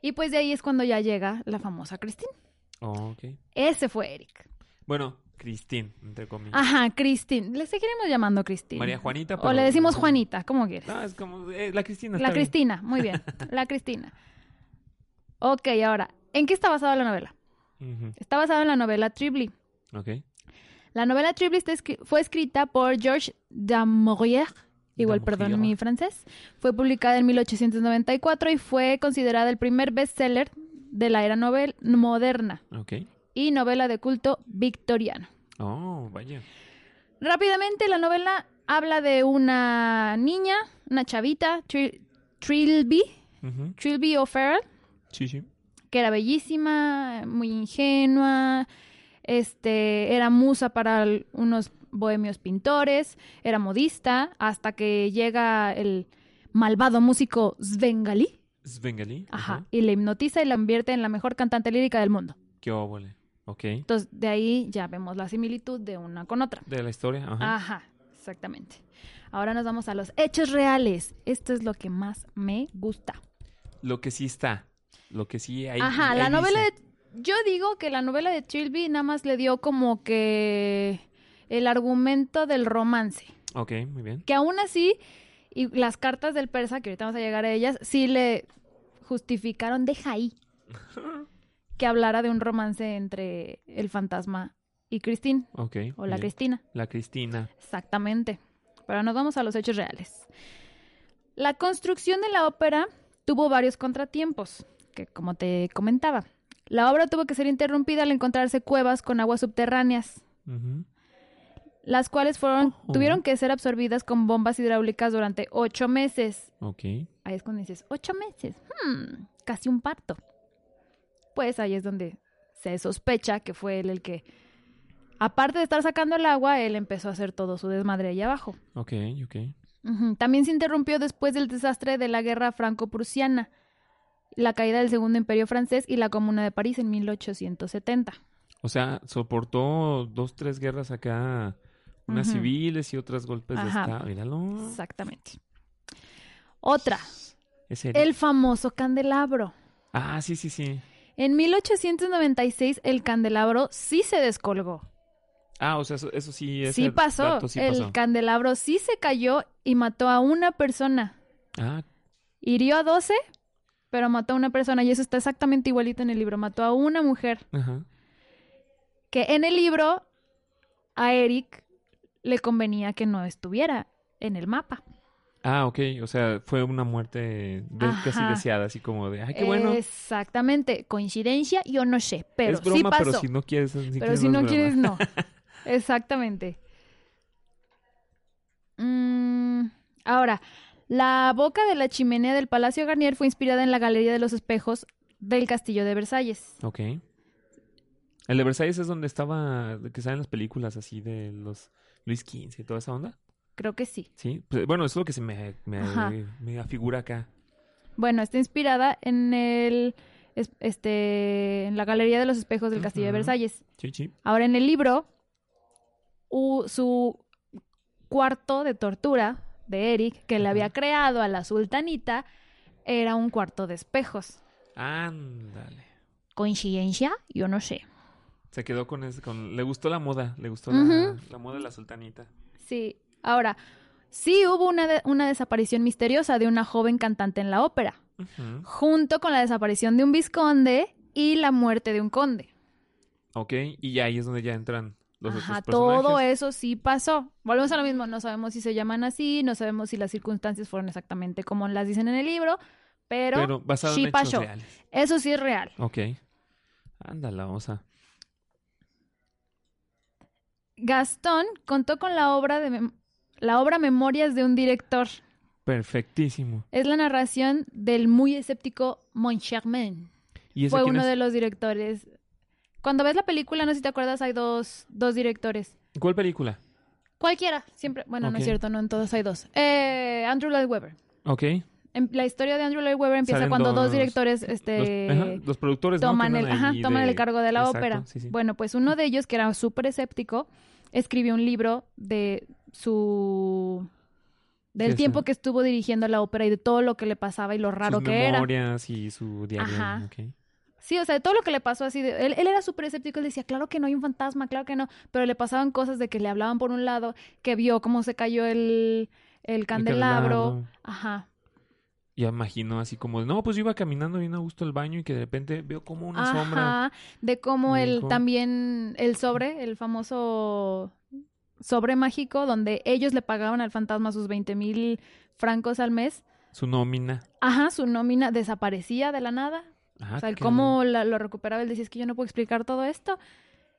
Speaker 2: Y pues de ahí es cuando ya llega la famosa Christine.
Speaker 1: Oh, ok.
Speaker 2: Ese fue Eric.
Speaker 1: Bueno, Cristín, entre comillas.
Speaker 2: Ajá, Christine. Le seguiremos llamando Christine.
Speaker 1: María Juanita.
Speaker 2: O
Speaker 1: pero-
Speaker 2: le decimos Juanita, como quieras.
Speaker 1: No, es como. eh, la Cristina.
Speaker 2: la
Speaker 1: está bien.
Speaker 2: Cristina, muy bien. La Cristina. Ok, ahora, ¿en qué está basada la novela?
Speaker 1: Ujú,
Speaker 2: Está basada en la novela Tribly.
Speaker 1: Ok.
Speaker 2: La novela Tribly está escri- fue escrita por Georges Damourier, igual perdón
Speaker 1: Damourier.
Speaker 2: mi francés, fue publicada en 1894 y fue considerada el primer bestseller de la era novel moderna
Speaker 1: Ok.
Speaker 2: y novela de culto victoriano.
Speaker 1: Oh, vaya.
Speaker 2: Rápidamente, la novela habla de una niña, una chavita, Tri- Trilby,
Speaker 1: Ujú,
Speaker 2: Trilby O'Farrell,
Speaker 1: Sí, sí.
Speaker 2: que era bellísima, muy ingenua, este, era musa para l- unos bohemios pintores, era modista, hasta que llega el malvado músico Svengali,
Speaker 1: Svengali.
Speaker 2: ajá, y le hipnotiza y la convierte en la mejor cantante lírica del mundo.
Speaker 1: Qué óvole. Ok.
Speaker 2: Entonces, de ahí ya vemos la similitud de una con otra.
Speaker 1: De la historia. Ajá.
Speaker 2: Ajá, exactamente. Ahora nos vamos a los hechos reales. Esto es lo que más me gusta.
Speaker 1: Lo que sí está. Lo que sí hay.
Speaker 2: Ajá, la novela de... Yo digo que la novela de Trilby nada más le dio como que el argumento del romance.
Speaker 1: Ok, muy bien.
Speaker 2: Que aún así, y las cartas del persa, que ahorita vamos a llegar a ellas, sí le justificaron, deja ahí, que hablara de un romance entre el fantasma y Christine,
Speaker 1: Ok.
Speaker 2: o la
Speaker 1: bien.
Speaker 2: Cristina.
Speaker 1: La Cristina.
Speaker 2: Exactamente. Pero nos vamos a los hechos reales. La construcción de la ópera tuvo varios contratiempos, que como te comentaba, la obra tuvo que ser interrumpida al encontrarse cuevas con aguas subterráneas,
Speaker 1: Ujú.
Speaker 2: las cuales fueron,
Speaker 1: Ojo.
Speaker 2: tuvieron que ser absorbidas con bombas hidráulicas durante ocho meses.
Speaker 1: Ok.
Speaker 2: Ahí es cuando dices, ocho meses, hmm, casi un parto. Pues ahí es donde se sospecha que fue él el que, aparte de estar sacando el agua, él empezó a hacer todo su desmadre ahí abajo.
Speaker 1: Ok, ok.
Speaker 2: Ujú. También se interrumpió después del desastre de la guerra franco-prusiana, la caída del Segundo Imperio Francés y la Comuna de París en 1870.
Speaker 1: O sea, soportó dos, tres guerras acá. Unas
Speaker 2: Ujú.
Speaker 1: civiles y otras golpes de
Speaker 2: Ajá.
Speaker 1: estado. Míralo.
Speaker 2: Exactamente. Otra,
Speaker 1: Es él.
Speaker 2: el famoso candelabro.
Speaker 1: Ah, sí, sí, sí.
Speaker 2: En 1896 el candelabro sí se descolgó.
Speaker 1: Ah, o sea, eso, eso sí es.
Speaker 2: Sí pasó. el candelabro sí se cayó y mató a una persona.
Speaker 1: Ah,
Speaker 2: Hirió a 12, pero mató a una persona. Y eso está exactamente igualito en el libro. Mató a una mujer.
Speaker 1: ajá.
Speaker 2: que en el libro a Eric le convenía que no estuviera en el mapa.
Speaker 1: Ah, ok. O sea, fue una muerte de- casi
Speaker 2: Ajá. Eh,
Speaker 1: deseada, así como de, ay, qué bueno. Es
Speaker 2: Exactamente. Coincidencia, yo no sé, pero
Speaker 1: broma,
Speaker 2: sí pasó.
Speaker 1: pero si no quieres. así
Speaker 2: Pero
Speaker 1: que
Speaker 2: si
Speaker 1: es
Speaker 2: no
Speaker 1: broma.
Speaker 2: quieres, no. Exactamente. Mm, ahora, la boca de la chimenea del Palacio Garnier fue inspirada en la Galería de los Espejos del Castillo de Versalles.
Speaker 1: Ok. El de Versalles es donde estaba, que salen las películas así de los Luis XV y toda esa onda.
Speaker 2: Creo que sí.
Speaker 1: Sí. Pues, bueno, eso es lo que se me,
Speaker 2: Ajá.
Speaker 1: me, me afigura acá.
Speaker 2: Bueno, está inspirada en el es- este en la Galería de los Espejos del Castillo de
Speaker 1: Ujú.
Speaker 2: Versalles.
Speaker 1: Sí, sí.
Speaker 2: Ahora en el libro u- su cuarto de tortura de Eric que le
Speaker 1: Ajá.
Speaker 2: había creado a la sultanita era un cuarto de espejos.
Speaker 1: Ándale.
Speaker 4: ¿Coincidencia? Yo no sé.
Speaker 1: Se quedó con ese, con... Le gustó la moda, le gustó
Speaker 2: Ujú.
Speaker 1: la, la moda de la sultanita.
Speaker 2: Sí. Ahora, sí hubo una, de- una desaparición misteriosa de una joven cantante en la ópera,
Speaker 1: Ujú.
Speaker 2: junto con la desaparición de un vizconde y la muerte de un conde.
Speaker 1: Ok, y ya ahí es donde ya entran los
Speaker 2: Ajá,
Speaker 1: otros personajes.
Speaker 2: todo eso sí pasó. Volvemos a lo mismo, no sabemos si se llaman así, no sabemos si las circunstancias fueron exactamente como las dicen en el libro, pero,
Speaker 1: Pero basado
Speaker 2: sí
Speaker 1: en hechos
Speaker 2: pasó.
Speaker 1: reales.
Speaker 2: eso sí es real.
Speaker 1: Ok. Ándala, osa.
Speaker 2: Gastón contó con la obra de mem- la obra Memorias de un director.
Speaker 1: Perfectísimo.
Speaker 2: Es la narración del muy escéptico Montcharmin.
Speaker 1: ¿Y ese
Speaker 2: fue
Speaker 1: quién
Speaker 2: uno
Speaker 1: es?
Speaker 2: de los directores. Cuando ves la película, no sé si te acuerdas, hay dos, dos directores.
Speaker 1: ¿Cuál película?
Speaker 2: Cualquiera, siempre. Bueno, no
Speaker 1: Ok.
Speaker 2: es cierto, no en todos hay dos. Eh, Andrew Lloyd Webber.
Speaker 1: Ok.
Speaker 2: Em- la historia de Andrew Lloyd Webber empieza
Speaker 1: Salen
Speaker 2: cuando dos,
Speaker 1: dos-
Speaker 2: directores
Speaker 1: Los,
Speaker 2: este,
Speaker 1: ajá, los productores ¿no? que
Speaker 2: toman,
Speaker 1: andan
Speaker 2: el, ajá,
Speaker 1: ahí
Speaker 2: toman
Speaker 1: de-
Speaker 2: el cargo de la
Speaker 1: Exacto,
Speaker 2: ópera.
Speaker 1: sí, sí.
Speaker 2: Bueno, pues uno de ellos, que era súper escéptico, escribió un libro de su... del
Speaker 1: Sí,
Speaker 2: tiempo
Speaker 1: sí.
Speaker 2: que estuvo dirigiendo la ópera y de todo lo que le pasaba y lo raro
Speaker 1: Sus
Speaker 2: que era.
Speaker 1: memorias y su diario.
Speaker 2: Ajá.
Speaker 1: ok.
Speaker 2: Sí, o sea, de todo lo que le pasó así, de- él, él era súper escéptico, él decía, claro que no hay un fantasma, claro que no, pero le pasaban cosas de que le hablaban por un lado, que vio cómo se cayó el, el candelabro,
Speaker 1: candelabro.
Speaker 2: ajá,
Speaker 1: Ya imagino así como, de, no, pues yo iba caminando bien a gusto al baño y que de repente veo como una sombra.
Speaker 2: ajá, de cómo
Speaker 1: Me
Speaker 2: él
Speaker 1: dijo.
Speaker 2: también, el sobre, el famoso sobre mágico, donde ellos le pagaban al fantasma sus 20 mil francos al mes,
Speaker 1: Su nómina.
Speaker 2: ajá, su nómina desaparecía de la nada,
Speaker 1: Ajá,
Speaker 2: O sea, el
Speaker 1: qué
Speaker 2: cómo la- lo recuperaba, él decía, es que yo no puedo explicar todo esto.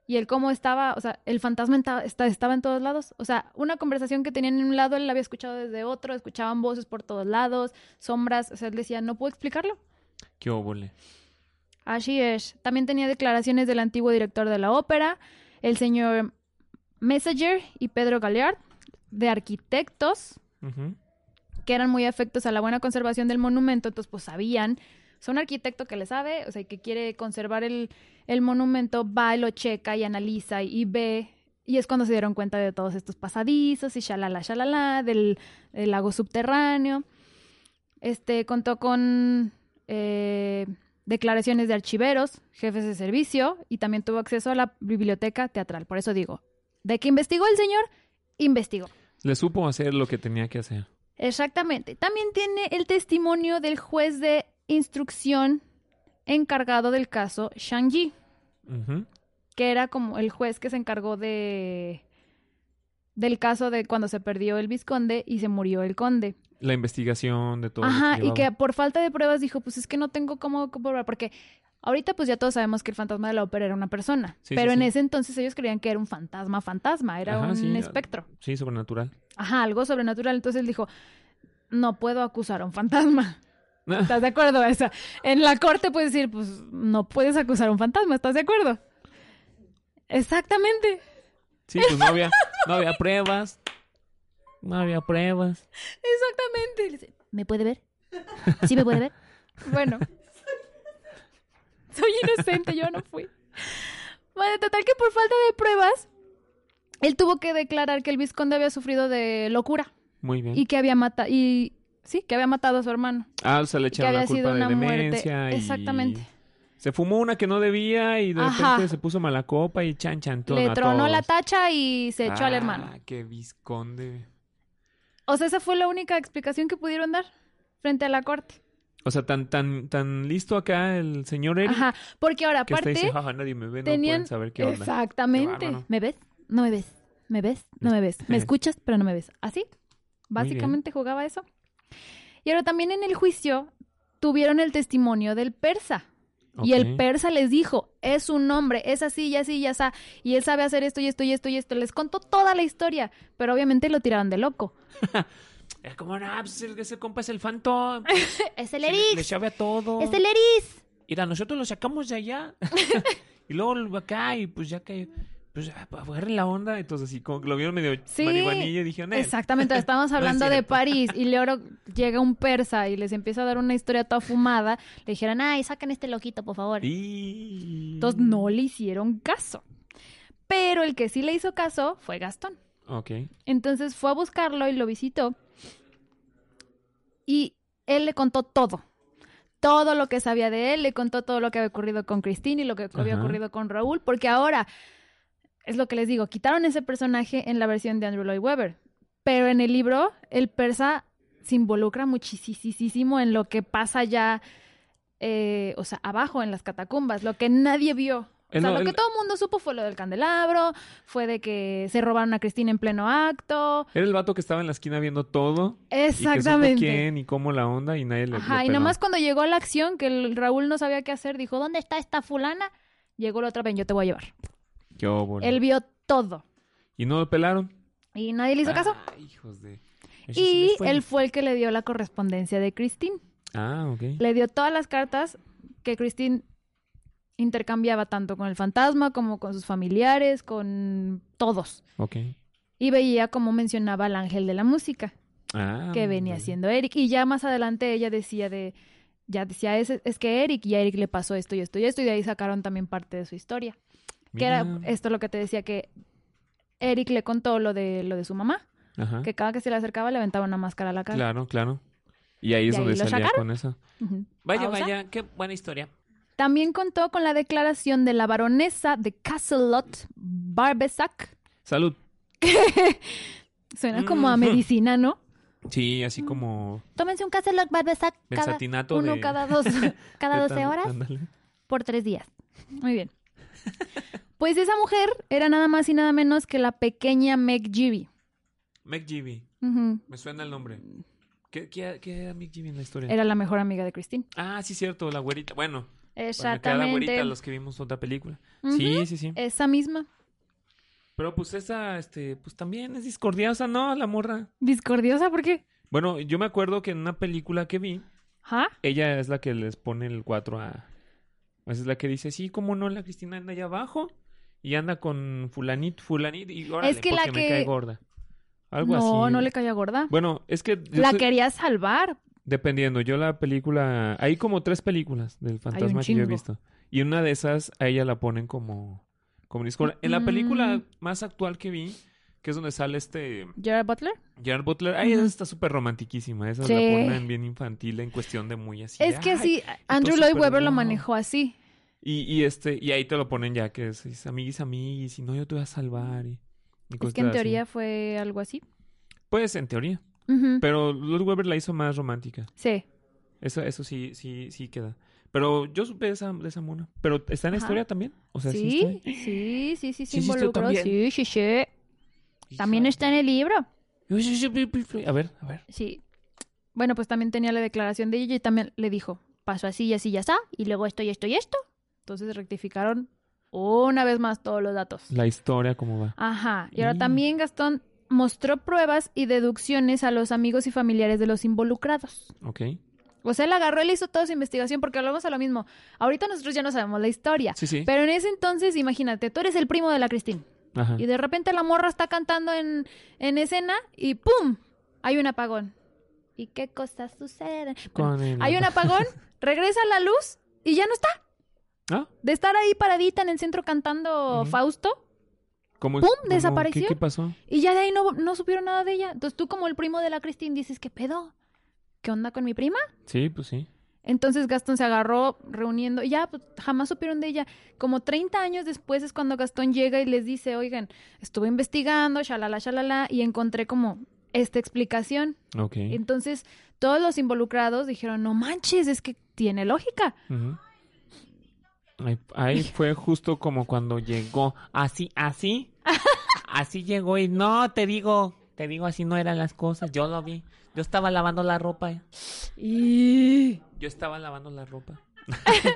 Speaker 2: Y el cómo estaba, o sea, el fantasma enta- esta- estaba en todos lados. O sea, una conversación que tenían en un lado, él la había escuchado desde otro, escuchaban voces por todos lados, sombras. O sea, él decía, no puedo explicarlo.
Speaker 1: Qué óvole.
Speaker 2: Así es. También tenía declaraciones del antiguo director de la ópera, el señor Messager y Pedro Galliard, de arquitectos
Speaker 1: Ujú.
Speaker 2: que eran muy afectos a la buena conservación del monumento, entonces pues sabían, o sea, un arquitecto que le sabe, o sea, y que quiere conservar el, el monumento, va y lo checa y analiza y, ve, y es cuando se dieron cuenta de todos estos pasadizos y shalala, shalala, del, del lago subterráneo. Este contó con eh, declaraciones de archiveros, jefes de servicio, y también tuvo acceso a la biblioteca teatral. Por eso digo, de que investigó el señor, investigó.
Speaker 1: Le supo hacer lo que tenía que hacer.
Speaker 2: Exactamente. También tiene el testimonio del juez de instrucción encargado del caso Shang-Yi,
Speaker 1: Ujú.
Speaker 2: que era como el juez que se encargó de del caso de cuando se perdió el vizconde y se murió el conde.
Speaker 1: La investigación de todo. lo
Speaker 2: Ajá, y que
Speaker 1: llevaba.
Speaker 2: "Pues
Speaker 1: Sí, sí,
Speaker 2: pero en
Speaker 1: sí.
Speaker 2: ese entonces ellos creían que era un fantasma, fantasma, era
Speaker 1: Ajá,
Speaker 2: un
Speaker 1: sí,
Speaker 2: espectro.
Speaker 1: Sí, sobrenatural.
Speaker 2: Ajá, algo sobrenatural. Entonces él dijo, no puedo acusar a un fantasma. ¿Estás de acuerdo? O sea, en la corte puedes decir, pues no puedes acusar a un fantasma, ¿estás de acuerdo? Exactamente.
Speaker 1: Sí, pues no había, no había pruebas. No había pruebas.
Speaker 2: Exactamente. Le dice,
Speaker 4: ¿Me puede ver? ¿Sí me puede ver?
Speaker 2: Bueno. Soy inocente, yo no fui. Bueno, total que por falta de pruebas, él tuvo que declarar que el vizconde había sufrido de locura
Speaker 1: Muy bien.
Speaker 2: y que había matado y sí, que había matado a su hermano.
Speaker 1: Ah, o sea, le
Speaker 2: que
Speaker 1: echaron la
Speaker 2: había sido
Speaker 1: culpa de
Speaker 2: una muerte.
Speaker 1: demencia. y-
Speaker 2: Exactamente.
Speaker 1: Se fumó una que no debía y de
Speaker 2: Ajá.
Speaker 1: repente se puso mala copa y chan chan
Speaker 2: Le tronó la tacha y se echó al hermano.
Speaker 1: Ah, qué visconde.
Speaker 2: O sea, esa fue la única explicación que pudieron dar frente a la corte.
Speaker 1: O sea, tan, tan, tan listo acá el señor Eric
Speaker 2: Ajá, porque ahora
Speaker 1: que está
Speaker 2: aparte
Speaker 1: diciendo, jaja, nadie me ve, no
Speaker 2: tenían
Speaker 1: pueden saber qué onda. Qué
Speaker 2: exactamente.
Speaker 1: bárbaro.
Speaker 4: ¿Me ves?
Speaker 2: ¿No me ves? ¿Me ves? No me ves. ¿Me escuchas? Pero no me ves. Así.
Speaker 1: Muy bien.
Speaker 2: Básicamente jugaba eso. Y ahora también en el juicio tuvieron el testimonio del persa. Y el
Speaker 1: Ok.
Speaker 2: persa les dijo, es un hombre, es así y así y así, y él sabe hacer esto y esto y esto y esto. Les contó toda la historia, pero obviamente lo tiraron de loco.
Speaker 1: Es como, no, pues el- ese compa es el Phantom.
Speaker 4: Es el
Speaker 1: Se Le, le
Speaker 4: Eric.
Speaker 1: sabe a todo.
Speaker 4: Es el Eric.
Speaker 1: Mira, nosotros lo sacamos de allá. y luego lo- acá, y pues ya que. Pues ah, pues, agarren la onda. Entonces, así como que lo vieron medio
Speaker 2: Sí,
Speaker 1: marihuanillo y dijeron, "Eh,
Speaker 2: Exactamente, estábamos
Speaker 1: No es
Speaker 2: hablando de
Speaker 1: cierto.
Speaker 2: París y luego llega un persa y les empieza a dar una historia toda fumada. Le dijeron, ay,
Speaker 4: Ay, saquen este loquito, por favor.
Speaker 1: Y...
Speaker 2: entonces no le hicieron caso. Pero el que sí le hizo caso fue Gastón.
Speaker 1: Ok.
Speaker 2: Entonces fue a buscarlo y lo visitó. Y él le contó todo. Todo lo que sabía de él, le contó todo lo que había ocurrido con Cristina y lo que había
Speaker 1: Ajá.
Speaker 2: ocurrido con Raúl, porque ahora, es lo que les digo, quitaron ese personaje en la versión de Andrew Lloyd Webber, pero en el libro el persa se involucra muchísimo en lo que pasa ya, eh, o sea, abajo en las catacumbas, lo que nadie vio. O
Speaker 1: Él
Speaker 2: sea,
Speaker 1: no-
Speaker 2: lo que
Speaker 1: él-
Speaker 2: todo el mundo supo fue lo del candelabro, fue de que se robaron a Cristina en pleno acto.
Speaker 1: Era el vato que estaba en la esquina viendo todo. Y que supo
Speaker 2: Exactamente.
Speaker 1: quién y cómo la onda y nadie le
Speaker 2: Ajá,
Speaker 1: lo
Speaker 2: y
Speaker 1: peló.
Speaker 2: nada más cuando llegó la acción, que el Raúl no sabía qué hacer, dijo, ¿dónde está esta fulana? Llegó la otra, ven, yo te voy a llevar.
Speaker 1: Qué óvole.
Speaker 2: Él vio todo
Speaker 1: Y no lo pelaron.
Speaker 2: y nadie le hizo caso.
Speaker 1: Ah, hijos de... Eso sí
Speaker 2: Y
Speaker 1: les fue.
Speaker 2: él fue el que le dio la correspondencia de Christine.
Speaker 1: Ah, ok.
Speaker 2: Le dio todas las cartas que Christine intercambiaba tanto con el fantasma como con sus familiares, con todos.
Speaker 1: Ok.
Speaker 2: Y veía cómo mencionaba al ángel de la música.
Speaker 1: Ah,
Speaker 2: que venía
Speaker 1: ándale.
Speaker 2: haciendo Eric. Y ya más adelante ella decía de, ya decía, es, es que Eric y a Eric le pasó esto y esto y esto, y de ahí sacaron también parte de su historia. Que era
Speaker 1: Mira.
Speaker 2: esto lo que te decía que Eric le contó lo de lo de su mamá,
Speaker 1: Ajá.
Speaker 2: que cada que se le acercaba le aventaba una máscara a la cara.
Speaker 1: Ah. Claro, claro. Y ahí es
Speaker 2: Y ahí
Speaker 1: donde
Speaker 2: lo
Speaker 1: salía
Speaker 2: sacaron.
Speaker 1: con eso.
Speaker 2: Ujú.
Speaker 1: Vaya,
Speaker 2: Pausa.
Speaker 1: vaya, qué buena historia.
Speaker 2: También contó con la declaración de la baronesa de Castellot Barbesac.
Speaker 1: Salud.
Speaker 2: Suena
Speaker 1: Mm.
Speaker 2: como a medicina, ¿no?
Speaker 1: Sí,
Speaker 2: Mm.
Speaker 1: así como
Speaker 4: Tómense un Castelloc Barbesac cada
Speaker 1: bensatinato
Speaker 4: uno
Speaker 1: de...
Speaker 4: cada dos, cada
Speaker 1: de
Speaker 4: 12
Speaker 1: tan-
Speaker 4: horas
Speaker 1: ándale.
Speaker 4: por tres días.
Speaker 2: Muy bien. Pues esa mujer era nada más y nada menos que la pequeña Meg Gibby.
Speaker 1: Meg Gibby,
Speaker 2: Ujú.
Speaker 1: me suena el nombre. ¿Qué, qué, qué era Meg Gibby en la historia?
Speaker 2: Era la mejor amiga de Christine.
Speaker 1: Ah, sí, cierto, la güerita. Bueno, bueno que era Pues la
Speaker 2: Exactamente.
Speaker 1: güerita los que vimos otra película.
Speaker 2: Ujú.
Speaker 1: Sí, sí, sí.
Speaker 2: Esa misma.
Speaker 1: Pero pues esa, este, pues también es discordiosa, ¿no? La morra.
Speaker 2: Discordiosa, ¿por qué?
Speaker 1: Bueno, yo me acuerdo que en una película que vi,
Speaker 2: ¿Ah?
Speaker 1: ella es la que les pone el 4 a... pues, es la que dice, sí, cómo no, la Cristina anda allá abajo y anda con fulanito, fulanito y órale,
Speaker 2: que la
Speaker 1: porque me
Speaker 2: que-
Speaker 1: cae gorda. Algo así.
Speaker 2: no, no le caía gorda.
Speaker 1: Bueno, es que... yo
Speaker 2: la
Speaker 1: sé-
Speaker 2: quería salvar.
Speaker 1: Dependiendo, yo la película... Hay como tres películas del fantasma que yo he
Speaker 2: chingo.
Speaker 1: visto. Y una de esas a ella la ponen como... como discordia. En la película
Speaker 2: Mm.
Speaker 1: más actual que vi, que es donde sale este...
Speaker 2: Gerard Butler.
Speaker 1: Gerard Butler, ay, esa está súper romantiquísima. Esa
Speaker 2: Sí.
Speaker 1: la ponen bien infantil en cuestión de muy así.
Speaker 2: es que
Speaker 1: ay,
Speaker 2: sí, Andrew
Speaker 1: súper
Speaker 2: Lloyd Webber lo
Speaker 1: guau.
Speaker 2: manejó así.
Speaker 1: Y, y este, y ahí te lo ponen ya que es, es amiguis, amiguis, y no, yo te voy a salvar. Y, y
Speaker 2: Es
Speaker 1: cosas
Speaker 2: que en
Speaker 1: así.
Speaker 2: teoría fue algo así.
Speaker 1: Pues en teoría.
Speaker 2: Ujú.
Speaker 1: Pero Lloyd Webber la hizo más romántica.
Speaker 2: Sí.
Speaker 1: Eso, eso sí, sí, sí queda. Pero yo supe de esa, de esa mona. Pero está en la
Speaker 2: Ajá.
Speaker 1: historia también. O sea, sí.
Speaker 2: Sí,
Speaker 1: está ahí.
Speaker 2: sí, sí,
Speaker 1: Sí,
Speaker 2: sí, sí,
Speaker 1: sí, tú
Speaker 2: involucró.
Speaker 1: también.
Speaker 2: Sí, sí, sí. También está en el libro.
Speaker 1: A ver, a ver.
Speaker 2: Sí. Bueno, pues también tenía la declaración de ella y también le dijo, pasó así y así y así, y luego esto y esto y esto. Entonces rectificaron una vez más todos los datos.
Speaker 1: La historia, ¿cómo va?
Speaker 2: Ajá. Y ahora
Speaker 1: Mm.
Speaker 2: también Gastón mostró pruebas y deducciones a los amigos y familiares de los involucrados.
Speaker 1: Ok.
Speaker 2: O sea, él agarró, él hizo toda su investigación porque hablamos a lo mismo. Ahorita nosotros ya no sabemos la historia.
Speaker 1: Sí, sí.
Speaker 2: Pero en ese entonces, imagínate, tú eres el primo de la Cristina
Speaker 1: Ajá.
Speaker 2: y de repente la morra está cantando en, en escena y ¡pum! Hay un apagón.
Speaker 4: ¿Y qué cosas suceden?
Speaker 1: Con el-
Speaker 2: Hay un apagón, regresa la luz y ya no está.
Speaker 1: Ah,
Speaker 2: De estar ahí paradita en el centro cantando
Speaker 1: Ujú.
Speaker 2: Fausto,
Speaker 1: ¿cómo
Speaker 2: ¡Pum!
Speaker 1: ¿Cómo? ¿Qué-
Speaker 2: Desapareció.
Speaker 1: ¿Qué pasó?
Speaker 2: Y ya de ahí no, no supieron nada de ella. Entonces tú como el primo de la Christine dices, ¿qué pedo? ¿Qué onda con mi prima?
Speaker 1: Sí, pues sí.
Speaker 2: Entonces Gastón se agarró reuniendo y ya pues, jamás supieron de ella. Como 30 años después es cuando Gastón llega y les dice, oigan, estuve investigando, shalala, shalala, y encontré como esta explicación.
Speaker 1: Ok.
Speaker 2: Entonces todos los involucrados dijeron, no manches, es que tiene lógica.
Speaker 1: Ujú. Ahí, ahí fue justo como cuando llegó así, así.
Speaker 5: así llegó y no, te digo, te digo, así no eran las cosas. Yo lo vi. Yo estaba lavando la ropa. eh.
Speaker 2: Y...
Speaker 1: Yo estaba lavando la ropa.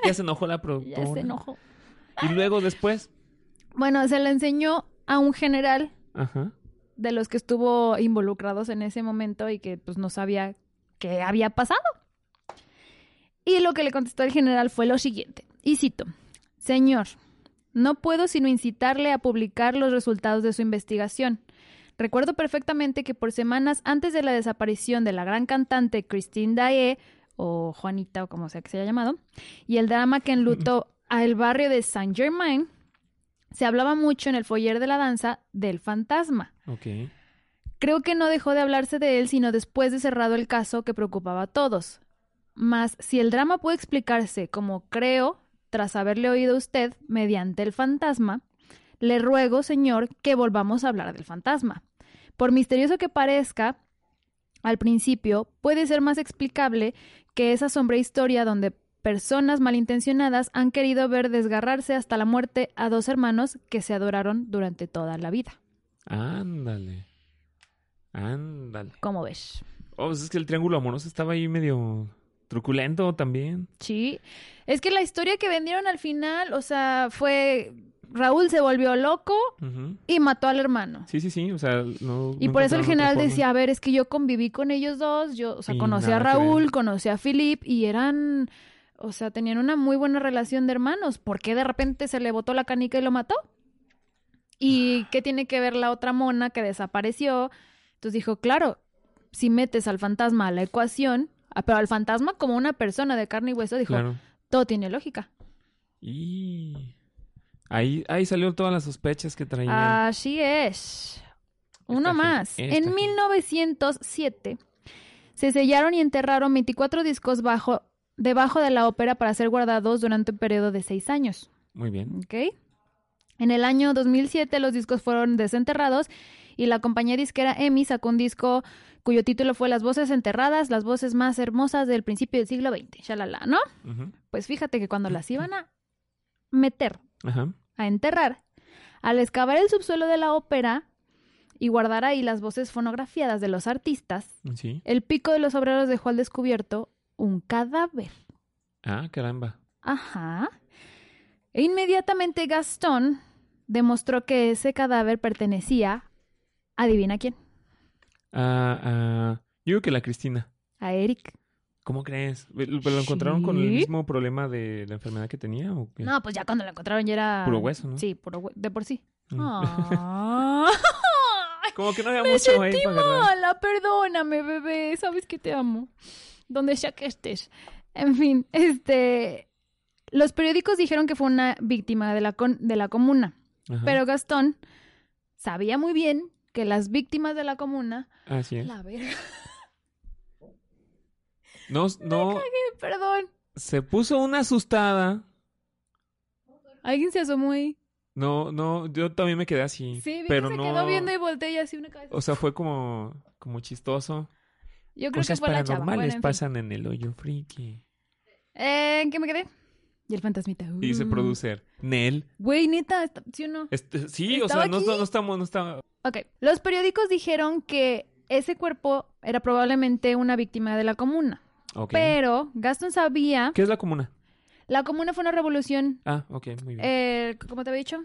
Speaker 1: ya se enojó la productora.
Speaker 4: Ya se enojó.
Speaker 1: Y luego después,
Speaker 2: Bueno, se la enseñó a un general
Speaker 1: ajá,
Speaker 2: de los que estuvo involucrados en ese momento y que pues no sabía qué había pasado. Y lo que le contestó el general fue lo siguiente, y cito, Señor, no puedo sino incitarle a publicar los resultados de su investigación. Recuerdo perfectamente que por semanas antes de la desaparición de la gran cantante Christine Dae, o Juanita, o como sea que se haya llamado, y el drama que enlutó al barrio de Saint Germain, se hablaba mucho en el foyer de la danza del fantasma.
Speaker 1: ok.
Speaker 2: Creo que no dejó de hablarse de él sino después de cerrado el caso que preocupaba a todos. Mas si el drama puede explicarse como creo, tras haberle oído a usted, mediante el fantasma, le ruego, señor, que volvamos a hablar del fantasma. Por misterioso que parezca, al principio, puede ser más explicable que esa sombría historia donde personas malintencionadas han querido ver desgarrarse hasta la muerte a dos hermanos que se adoraron durante toda la vida.
Speaker 1: Ándale. Ándale.
Speaker 2: ¿Cómo ves?
Speaker 1: Oh, pues es que el triángulo amoroso estaba ahí medio truculento también.
Speaker 2: Sí, es que la historia que vendieron al final, o sea, fue Raúl se volvió loco
Speaker 1: Ujú.
Speaker 2: y mató al hermano.
Speaker 1: Sí, sí, sí. O sea, no.
Speaker 2: Y
Speaker 1: no
Speaker 2: por eso
Speaker 1: encontraron otra
Speaker 2: el general
Speaker 1: forma.
Speaker 2: decía, a ver, es que yo conviví con ellos dos, yo, o sea,
Speaker 1: Y
Speaker 2: conocí a
Speaker 1: nada que ver.
Speaker 2: Raúl, conocí a Philip y eran, o sea, tenían una muy buena relación de hermanos. ¿Por qué de repente se le botó la canica y lo mató? ¿Y
Speaker 1: Ah.
Speaker 2: qué tiene que ver la otra mona que desapareció? Entonces dijo, claro, si metes al fantasma a la ecuación, ah, pero al fantasma como una persona de carne y hueso, dijo,
Speaker 1: Claro.
Speaker 2: todo tiene lógica.
Speaker 1: Y. Ahí, ahí salieron todas las sospechas que traía.
Speaker 2: Así es.
Speaker 1: Esta
Speaker 2: Uno
Speaker 1: gen-
Speaker 2: más.
Speaker 1: esta
Speaker 2: En
Speaker 1: gen-
Speaker 2: 1907 se sellaron y enterraron 24 discos bajo, debajo de la ópera para ser guardados durante un periodo de seis años.
Speaker 1: Muy bien.
Speaker 2: ¿ok? En el año 2007 los discos fueron desenterrados y la compañía disquera EMI sacó un disco cuyo título fue Las voces enterradas, las voces más hermosas del principio del siglo XX. Shalala, ¿no?
Speaker 1: Ujú.
Speaker 2: Pues fíjate que cuando las iban a meter
Speaker 1: Ajá.
Speaker 2: a enterrar. Al excavar el subsuelo de la ópera y guardar ahí las voces fonografiadas de los artistas,
Speaker 1: Sí.
Speaker 2: el pico de los obreros dejó al descubierto un cadáver.
Speaker 1: Ah, caramba.
Speaker 2: Ajá. E inmediatamente Gastón demostró que ese cadáver pertenecía, adivina quién,
Speaker 1: Ah, ah, yo digo que la Cristina.
Speaker 2: a Eric.
Speaker 1: ¿Cómo crees? ¿Pero lo encontraron con el
Speaker 2: Sí.
Speaker 1: mismo problema de la enfermedad que tenía? ¿o qué?
Speaker 2: No, pues ya cuando lo encontraron ya era...
Speaker 1: Puro hueso, ¿no?
Speaker 2: Sí, puro hue- de por sí.
Speaker 1: Mm.
Speaker 2: Ah.
Speaker 1: Como que no había
Speaker 2: Me
Speaker 1: mucho ahí para agarrar.
Speaker 2: Hola, perdóname, bebé. Sabes que te amo. Donde sea que estés. En fin, este. Los periódicos dijeron que fue una víctima de la, con- de la comuna.
Speaker 1: Ajá.
Speaker 2: Pero Gastón sabía muy bien que las víctimas de la comuna.
Speaker 1: Así es.
Speaker 2: La verga,
Speaker 1: No, no,
Speaker 2: perdón.
Speaker 1: se puso una asustada.
Speaker 2: Alguien se asomó ahí.
Speaker 1: No, no, yo también me quedé así.
Speaker 2: Sí, vi
Speaker 1: pero
Speaker 2: que se
Speaker 1: no.
Speaker 2: quedó viendo y volteé y así una cabeza.
Speaker 1: O sea, fue como, como chistoso.
Speaker 2: Yo creo
Speaker 1: Cosas
Speaker 2: que fue la chava.
Speaker 1: paranormales
Speaker 2: Bueno, en fin.
Speaker 1: pasan en el hoyo friki.
Speaker 2: Eh, ¿En qué me quedé? Y el fantasmita.
Speaker 1: Dice
Speaker 2: Uh.
Speaker 1: producer. Nel.
Speaker 2: Güey, neta, está- ¿sí o no?
Speaker 1: Este, sí, o
Speaker 2: Estaba
Speaker 1: sea, no,
Speaker 2: aquí.
Speaker 1: no estamos, no estamos.
Speaker 2: Ok. Los periódicos dijeron que ese cuerpo era probablemente una víctima de la comuna.
Speaker 1: Ok.
Speaker 2: Pero Gaston sabía.
Speaker 1: ¿Qué es la comuna?
Speaker 2: La comuna fue una revolución.
Speaker 1: Ah, ok, muy bien.
Speaker 2: eh, ¿Cómo te había dicho?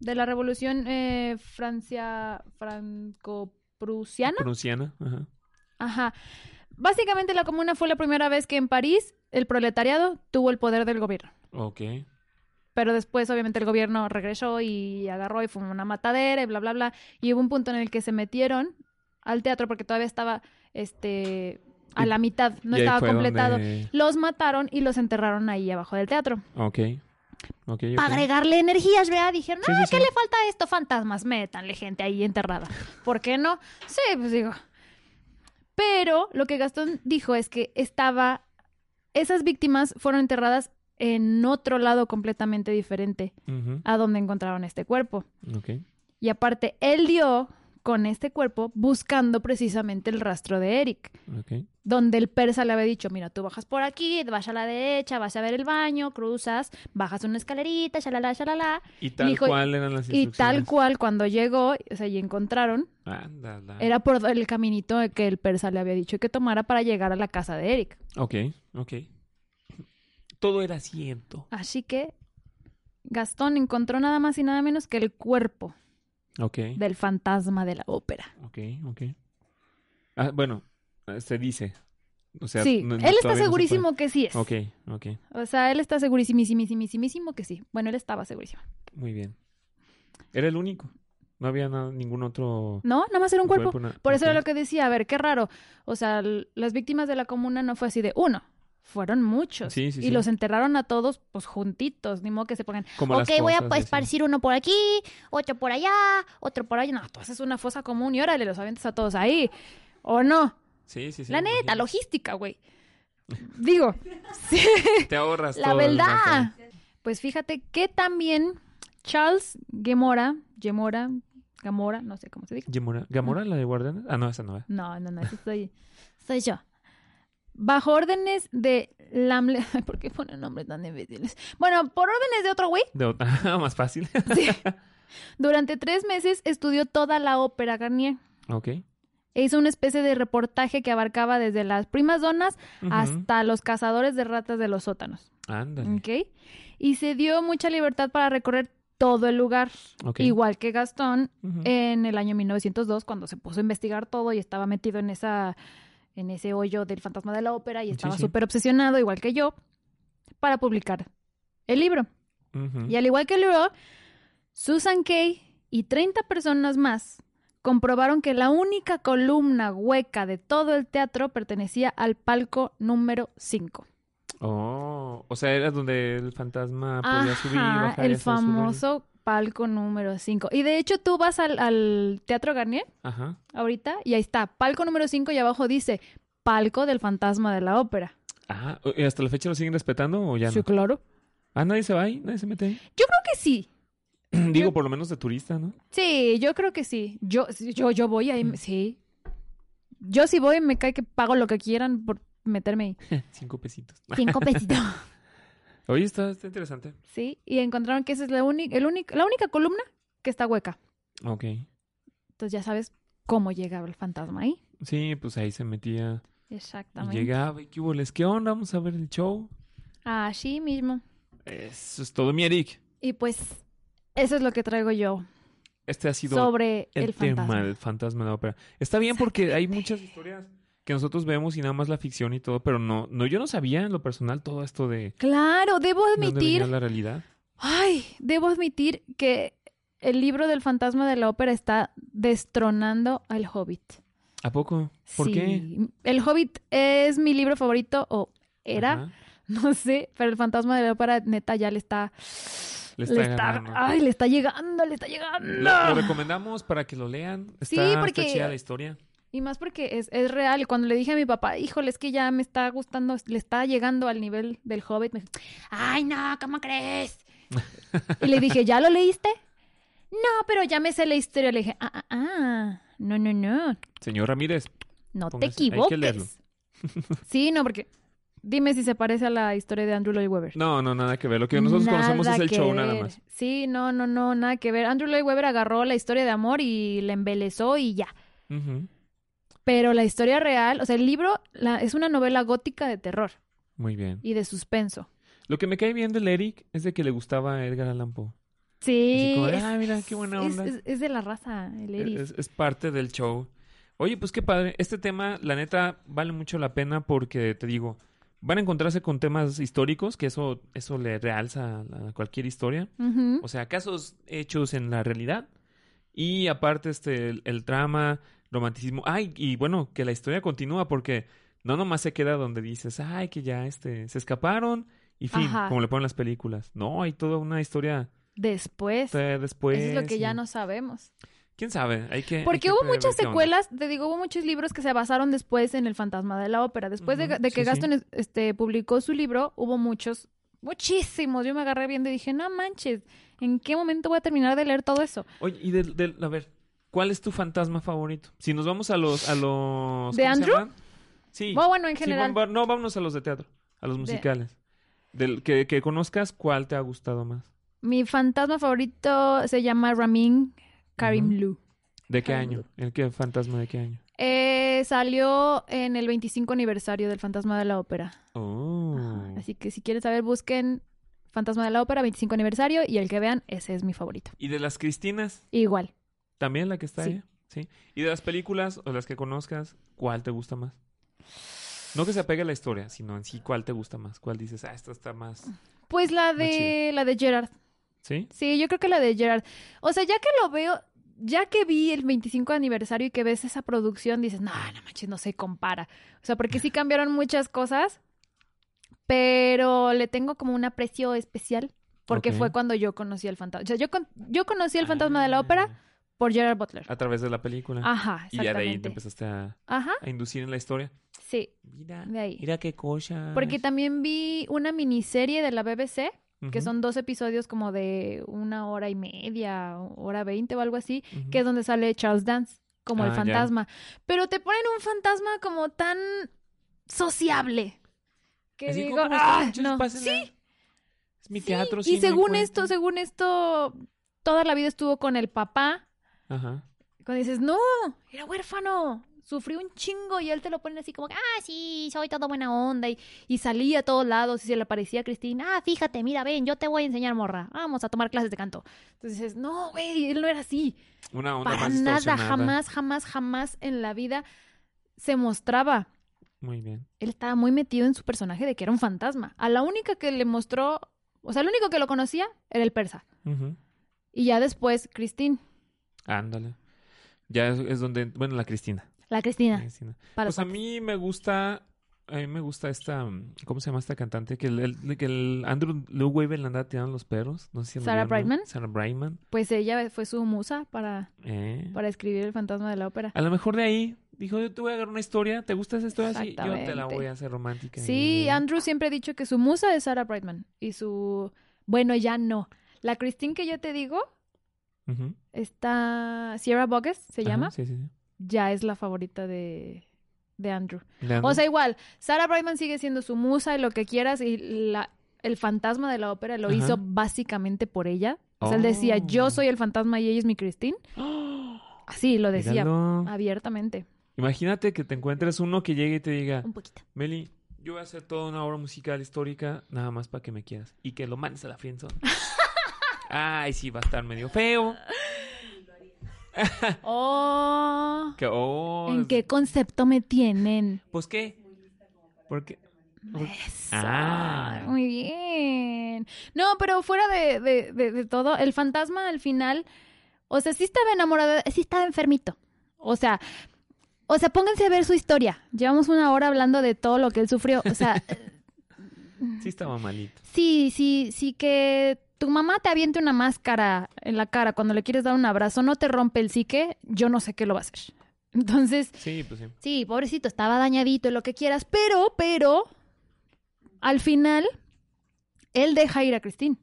Speaker 2: De la revolución eh, Francia. Franco-Prusiana.
Speaker 1: Prusiana, ajá.
Speaker 2: Ajá. Básicamente, la comuna fue la primera vez que en París el proletariado tuvo el poder del gobierno.
Speaker 1: Ok.
Speaker 2: Pero después, obviamente, el gobierno regresó y agarró y fue una matadera y bla, bla, bla. Y hubo un punto en el que se metieron al teatro porque todavía estaba este, a
Speaker 1: Y-
Speaker 2: la mitad, no
Speaker 1: Y ahí
Speaker 2: estaba
Speaker 1: fue
Speaker 2: completado.
Speaker 1: donde-
Speaker 2: Los mataron y los enterraron ahí abajo del teatro.
Speaker 1: Ok. Ok, ok.
Speaker 4: Para agregarle energías, ¿verdad? Dijeron,
Speaker 1: Sí, sí, sí.
Speaker 4: ¿qué le
Speaker 2: Falta esto, fantasmas, métanle gente ahí enterrada. ¿Por qué no? Sí, pues digo. Pero lo que Gastón dijo es que estaba. Esas víctimas fueron enterradas en otro lado completamente diferente
Speaker 1: Ujú,
Speaker 2: a donde encontraron este cuerpo.
Speaker 1: ok.
Speaker 2: Y aparte, él dio con este cuerpo buscando precisamente el rastro de Eric,
Speaker 1: Ok.
Speaker 2: donde el persa le había dicho, mira, tú bajas por aquí, vas a la derecha, vas a ver el baño, cruzas, bajas una escalerita, shalala, shalala.
Speaker 1: Y tal
Speaker 2: Dijo-
Speaker 1: cual eran las
Speaker 2: Y
Speaker 1: instrucciones.
Speaker 2: tal cual cuando llegó, o sea, y encontraron,
Speaker 1: Ándala.
Speaker 2: era por el caminito que el persa le había dicho que tomara para llegar a la casa de Eric.
Speaker 1: Ok, ok. Todo era cierto.
Speaker 2: Así que Gastón encontró nada más y nada menos que el cuerpo
Speaker 1: Ok,
Speaker 2: del fantasma de la ópera.
Speaker 1: ok, ok. Ah, bueno, eh, se dice. O sea,
Speaker 2: sí,
Speaker 1: no- no-
Speaker 2: él está
Speaker 1: todavía no se
Speaker 2: segurísimo que sí es.
Speaker 1: puede. ok, ok.
Speaker 2: O sea, él está segurísimísimísimísimo que sí. Bueno, él estaba segurísimo.
Speaker 1: Muy bien. Era el único. No había na- ningún otro.
Speaker 2: No, nada más era un cuerpo.
Speaker 1: na-
Speaker 2: Por eso
Speaker 1: ok.
Speaker 2: era lo que decía, a ver, qué raro. O sea, l- las víctimas de la comuna no fue así de uno, fueron muchos.
Speaker 1: Sí, sí,
Speaker 2: y
Speaker 1: sí.
Speaker 2: los enterraron a todos, pues juntitos, ni modo que se pongan.
Speaker 1: Como las
Speaker 4: Ok, voy a
Speaker 1: fosas,
Speaker 4: pues,
Speaker 1: decía.
Speaker 4: esparcir uno por aquí, otro por allá, otro por allá. No,
Speaker 2: Tú haces una fosa común y órale, los avientas a todos ahí. O no.
Speaker 1: Sí, sí, sí.
Speaker 2: la
Speaker 1: me
Speaker 2: neta,
Speaker 1: imagino.
Speaker 2: logística, güey. Digo, sí,
Speaker 1: Te ahorras
Speaker 2: la
Speaker 1: todo el
Speaker 2: verdad.
Speaker 1: material.
Speaker 2: Pues fíjate que también Charles Gemora, Gemora, Gamora, no sé cómo se dice.
Speaker 1: Gamora, ¿Gamora la de Guardianes? Ah, no, esa no. ¿verdad?
Speaker 2: No, no, no, ese soy, soy yo. Bajo órdenes de Lamle... Ay, ¿Por qué ponen nombres tan difíciles? Bueno, por órdenes de otro güey,
Speaker 1: De otra- más fácil.
Speaker 2: sí. Durante tres meses estudió toda la ópera Garnier.
Speaker 1: ok.
Speaker 2: E hizo una especie de reportaje que abarcaba desde las primas donas
Speaker 1: Ujú.
Speaker 2: hasta los cazadores de ratas de los sótanos.
Speaker 1: Ándale.
Speaker 2: ¿Ok? Y se dio mucha libertad para recorrer todo el lugar,
Speaker 1: Ok.
Speaker 2: igual eh, que Gastón
Speaker 1: Ujú.
Speaker 2: en el año 1902 cuando se puso a investigar todo y estaba metido en esa en ese hoyo del fantasma de la ópera y
Speaker 1: Sí,
Speaker 2: estaba
Speaker 1: sí.
Speaker 2: súper obsesionado igual que yo para publicar el libro.
Speaker 1: Ujú.
Speaker 2: Y al igual que Leroy, Susan Kay y 30 personas más comprobaron que la única columna hueca de todo el teatro pertenecía al palco número 5.
Speaker 1: Oh, o sea, era donde el fantasma podía subir pues y
Speaker 2: Ajá,
Speaker 1: bajar y
Speaker 2: el
Speaker 1: hacer su rollo.
Speaker 2: famoso palco número 5. Y de hecho tú vas al, al Teatro Garnier
Speaker 1: Ajá.
Speaker 2: ahorita y ahí está, palco número 5 y abajo dice palco del fantasma de la ópera.
Speaker 1: Ah, ¿y ¿hasta la fecha lo siguen respetando o ya no?
Speaker 2: claro.
Speaker 1: Ah, nadie se va ahí, nadie se mete ahí.
Speaker 2: Yo creo que sí.
Speaker 1: Digo, por lo menos de turista, ¿no?
Speaker 2: Sí, yo creo que sí. Yo yo yo voy ahí,
Speaker 1: Mm.
Speaker 2: me- sí. Yo sí voy, me cae que pago lo que quieran por meterme ahí.
Speaker 1: Cinco pesitos.
Speaker 4: cinco pesitos.
Speaker 1: Oye, está, está interesante.
Speaker 2: Sí, y encontraron que esa es la única el único la única columna que está hueca.
Speaker 1: Ok.
Speaker 2: Entonces ya sabes cómo llegaba el fantasma ahí.
Speaker 1: Sí, pues ahí se metía y
Speaker 2: Exactamente.
Speaker 1: llegaba. ¿Y qué hubo? les? ¿Qué onda? Vamos a ver el show.
Speaker 2: Así mismo.
Speaker 1: Eso es todo, mi Eric.
Speaker 2: Y pues eso es lo que traigo yo
Speaker 1: Este ha sido
Speaker 2: sobre
Speaker 1: el,
Speaker 2: el,
Speaker 1: tema
Speaker 2: fantasma.
Speaker 1: del fantasma de la ópera. Está bien porque hay muchas historias que nosotros vemos y nada más la ficción y todo, pero no, no yo no sabía en lo personal todo esto de
Speaker 2: Claro, debo
Speaker 1: de dónde venía
Speaker 2: admitir,
Speaker 1: la realidad.
Speaker 2: ay, debo admitir que el libro del fantasma de la ópera está destronando al Hobbit.
Speaker 1: ¿A poco? ¿Por
Speaker 2: Sí,
Speaker 1: qué?
Speaker 2: El Hobbit es mi libro favorito o era,
Speaker 1: Ajá.
Speaker 2: no sé, pero el fantasma de la ópera neta ya le está
Speaker 1: Le está ganando.
Speaker 2: ay, le está ¡Ah! llegando, le está llegando.
Speaker 1: Lo, lo recomendamos para que lo lean. Está,
Speaker 2: Sí,
Speaker 1: está
Speaker 2: porque-
Speaker 1: chida la historia.
Speaker 2: Y más porque es, es real. Y cuando le dije a mi papá, híjole, es que ya me está gustando, le está llegando al nivel del Hobbit, me dijo,
Speaker 4: Ay, no, ¿cómo crees?
Speaker 2: Y le dije, ¿ya lo leíste? No, pero ya me sé la historia. Le dije, ah, ah, ah, no, no, no,
Speaker 1: Señor Ramírez.
Speaker 2: no te
Speaker 1: Póngase, hay que leerlo.
Speaker 2: equivoques. Sí, no, porque dime si se parece a la historia de Andrew Lloyd Webber.
Speaker 1: No, no, nada que ver. Lo que nosotros conocemos es
Speaker 2: Nada
Speaker 1: el
Speaker 2: que
Speaker 1: show nada
Speaker 2: ver.
Speaker 1: más.
Speaker 2: Sí, no, no, no, nada que ver. Andrew Lloyd Webber agarró la historia de amor y la embelezó y ya.
Speaker 1: Ujú.
Speaker 2: Pero la historia real, o sea, el libro la- es una novela gótica de terror
Speaker 1: Muy bien.
Speaker 2: y de suspenso.
Speaker 1: Lo que me cae bien del Eric es de que le gustaba a Edgar Allan Poe.
Speaker 2: Sí.
Speaker 1: Así como de,
Speaker 2: es-
Speaker 1: "Ah, mira, qué buena
Speaker 2: es-
Speaker 1: onda".
Speaker 2: Es, es de la raza, el Eris.
Speaker 1: Es, es parte del show. Oye, pues qué padre. Este tema, la neta, vale mucho la pena porque, te digo, van a encontrarse con temas históricos, que eso, eso le realza a a cualquier historia.
Speaker 2: Ujú.
Speaker 1: O sea, casos hechos en la realidad. Y aparte, este, el, el drama, romanticismo. Ay, y bueno, que la historia continúa porque no nomás se queda donde dices, ay, que ya este, se escaparon y fin,
Speaker 2: Ajá.
Speaker 1: como le ponen las películas. No, hay toda una historia
Speaker 2: Después.
Speaker 1: este, después.
Speaker 2: Eso es lo que ya
Speaker 1: y-
Speaker 2: no sabemos.
Speaker 1: ¿Quién sabe? Hay que. hay que
Speaker 2: Porque hubo
Speaker 1: ver
Speaker 2: muchas
Speaker 1: Eh, qué onda.
Speaker 2: secuelas, te digo, hubo muchos libros que se basaron después en El fantasma de la ópera. Después de,
Speaker 1: Ujú,
Speaker 2: de
Speaker 1: sí,
Speaker 2: que
Speaker 1: sí.
Speaker 2: Gaston es- este, publicó su libro, hubo muchos, muchísimos. Yo me agarré viendo y dije, no manches, ¿en qué momento voy a terminar de leer todo eso?
Speaker 1: Oye, y del, del- a ver, ¿Cuál es tu fantasma favorito? Si nos vamos a los... A los
Speaker 2: ¿De
Speaker 1: ¿cómo se
Speaker 2: Andrew?
Speaker 1: llaman? Sí.
Speaker 2: Bueno, bueno, en
Speaker 1: Sí,
Speaker 2: general.
Speaker 1: bueno, no, vámonos a los de teatro, a los
Speaker 2: De-
Speaker 1: musicales. Del que, que conozcas, ¿cuál te ha gustado más?
Speaker 2: Mi fantasma favorito se llama Ramin Karim
Speaker 1: Ujú.
Speaker 2: Lu.
Speaker 1: ¿De qué
Speaker 2: Ah,
Speaker 1: año? ¿El qué fantasma de qué año?
Speaker 2: Eh, salió en el 25 aniversario del Fantasma de la Ópera. Ajá,
Speaker 1: Oh.
Speaker 2: Ah, Así que si quieren saber, busquen Fantasma de la Ópera 25 aniversario y el que vean, ese es mi favorito.
Speaker 1: ¿Y de las Cristinas?
Speaker 2: Igual.
Speaker 1: ¿También la que está
Speaker 2: Sí.
Speaker 1: ahí? Sí. ¿Y de las películas o las que conozcas, cuál te gusta más? No que se apegue a la historia, sino en sí cuál te gusta más. ¿Cuál dices, ah, esta está más...
Speaker 2: Pues la
Speaker 1: Más
Speaker 2: de la de Gerard.
Speaker 1: ¿Sí?
Speaker 2: Sí, yo creo que la de Gerard. O sea, ya que lo veo, ya que vi el 25 aniversario y que ves esa producción, dices, no, no manches, no se compara. O sea, porque sí cambiaron muchas cosas, pero le tengo como un aprecio especial porque
Speaker 1: Ok. Ah.
Speaker 2: fue cuando yo conocí el fantasma. O sea, yo, con- yo conocí el fantasma de la ópera por Gerard Butler.
Speaker 1: A través de la película.
Speaker 2: Ajá,
Speaker 1: Ah. y ya de ahí te
Speaker 2: exactamente.
Speaker 1: empezaste a,
Speaker 2: Ajá,
Speaker 1: a inducir en la historia.
Speaker 2: sí,
Speaker 5: Mira,
Speaker 2: de ahí.
Speaker 5: mira qué cosa.
Speaker 2: Porque también vi una miniserie de la BBC que
Speaker 1: Ujú,
Speaker 2: son dos episodios como de una hora y media, hora veinte o algo así,
Speaker 1: ujú.
Speaker 2: que es donde sale Charles Dance como el
Speaker 1: Ah, ya.
Speaker 2: fantasma. Pero te ponen un fantasma como tan sociable. Que
Speaker 1: Así,
Speaker 2: digo,
Speaker 1: ¿cómo están,
Speaker 2: "Ah,
Speaker 1: muchachos?
Speaker 2: no".
Speaker 1: Pásenla. Es mi teatro.
Speaker 2: Y
Speaker 1: cine,
Speaker 2: según
Speaker 1: cuento.
Speaker 2: esto, según esto, toda la vida estuvo con el papá.
Speaker 1: Ajá.
Speaker 2: Cuando dices, no, era huérfano, sufrió un chingo y él te lo pone así como, ah,
Speaker 4: Ah, sí, soy toda buena onda. Y, y salía a todos lados y se le aparecía a Cristina. Ah, fíjate, mira, ven, yo te voy a enseñar, morra. Vamos a tomar clases de canto.
Speaker 2: entonces dices, no, güey, él no era así.
Speaker 1: Una onda
Speaker 2: Para
Speaker 1: más
Speaker 2: nada,
Speaker 1: distorsionada.
Speaker 2: jamás, jamás, jamás en la vida se mostraba.
Speaker 1: Muy bien.
Speaker 2: él estaba muy metido en su personaje de que era un fantasma. A la única que le mostró, o sea, el único que lo conocía era el persa.
Speaker 1: Ujú.
Speaker 2: Y ya después, Christine,
Speaker 1: Ándale. Ya es, es donde... Bueno, la Cristina.
Speaker 2: la
Speaker 1: La
Speaker 2: Cristina.
Speaker 1: Cristina.
Speaker 2: Para
Speaker 1: Pues a mí me gusta... A mí me gusta esta... mm, ¿Cómo se llama esta cantante? Que el, el- que el Andrew Lou Weaver le andaba tirando los perros. No sé si
Speaker 2: ¿Sarah Brightman?
Speaker 1: Sarah Brightman.
Speaker 2: Pues ella fue su musa para,
Speaker 1: Eh.
Speaker 2: para escribir El fantasma de la ópera.
Speaker 1: A lo mejor de ahí dijo, yo te voy a agarrar una historia. ¿Te gusta esa historia? Sí, yo te la
Speaker 2: Exactamente.
Speaker 1: voy a hacer romántica.
Speaker 2: Sí,
Speaker 1: Y-
Speaker 2: Andrew siempre ha dicho que su musa es Sarah Brightman. Y su, bueno, ya no. La Christine que yo te digo,
Speaker 1: Ujú.
Speaker 2: está Sierra Bogues, se
Speaker 1: Ajá,
Speaker 2: llama,
Speaker 1: Sí, sí, sí.
Speaker 2: ya es la favorita de, de Andrew.
Speaker 1: De Andrew.
Speaker 2: O sea, igual, Sarah Brightman sigue siendo su musa y lo que quieras y la, el fantasma de la ópera lo
Speaker 1: Ajá.
Speaker 2: hizo básicamente por ella. O sea, él decía,
Speaker 1: Oh.
Speaker 2: yo soy el fantasma y ella es mi Christine.
Speaker 1: ¡Ah!
Speaker 2: Así lo decía "Ah".
Speaker 1: Míralo.
Speaker 2: abiertamente.
Speaker 1: Imagínate que te encuentres uno que llegue y te diga,
Speaker 4: Un poquito.
Speaker 1: Meli, yo voy a hacer toda una obra musical histórica nada más para que me quieras y que lo mandes a la friendzone. Ay, sí, va a estar medio feo.
Speaker 2: Oh,
Speaker 1: Que, oh,
Speaker 2: ¿en qué concepto me tienen?
Speaker 1: Pues qué. ¿Por qué? Por-
Speaker 2: Eso.
Speaker 1: Ah.
Speaker 2: Muy bien. No, pero fuera de, de- de- de todo, el fantasma al final, o sea, sí estaba enamorado, sí estaba enfermito. O sea, o sea, pónganse a ver su historia. Llevamos una hora hablando de todo lo que él sufrió. O sea,
Speaker 1: Sí estaba malito.
Speaker 2: sí, sí, sí que tu mamá te aviente una máscara en la cara cuando le quieres dar un abrazo, no te rompe el psique, yo no sé qué lo va a hacer. Entonces,
Speaker 1: Sí, pues sí.
Speaker 4: Sí, pobrecito, estaba dañadito, lo que quieras.
Speaker 2: Pero, pero, al final, él deja ir a Christine.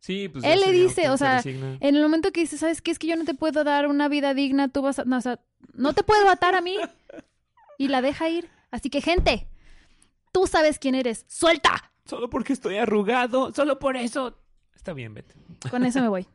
Speaker 1: Sí, pues
Speaker 2: Él
Speaker 1: ya
Speaker 2: le
Speaker 1: sería
Speaker 2: dice,
Speaker 1: quien
Speaker 2: o
Speaker 1: se
Speaker 2: sea,
Speaker 1: resigna.
Speaker 2: En el momento que dices, ¿sabes qué? Es que yo no te puedo dar una vida digna, tú vas a... No, o sea, no te puedo atar a mí. Y la deja ir. Así que, gente, tú sabes quién eres. ¡Suelta!
Speaker 1: Solo porque estoy arrugado, solo por eso. Está bien, vete.
Speaker 2: Con eso me voy.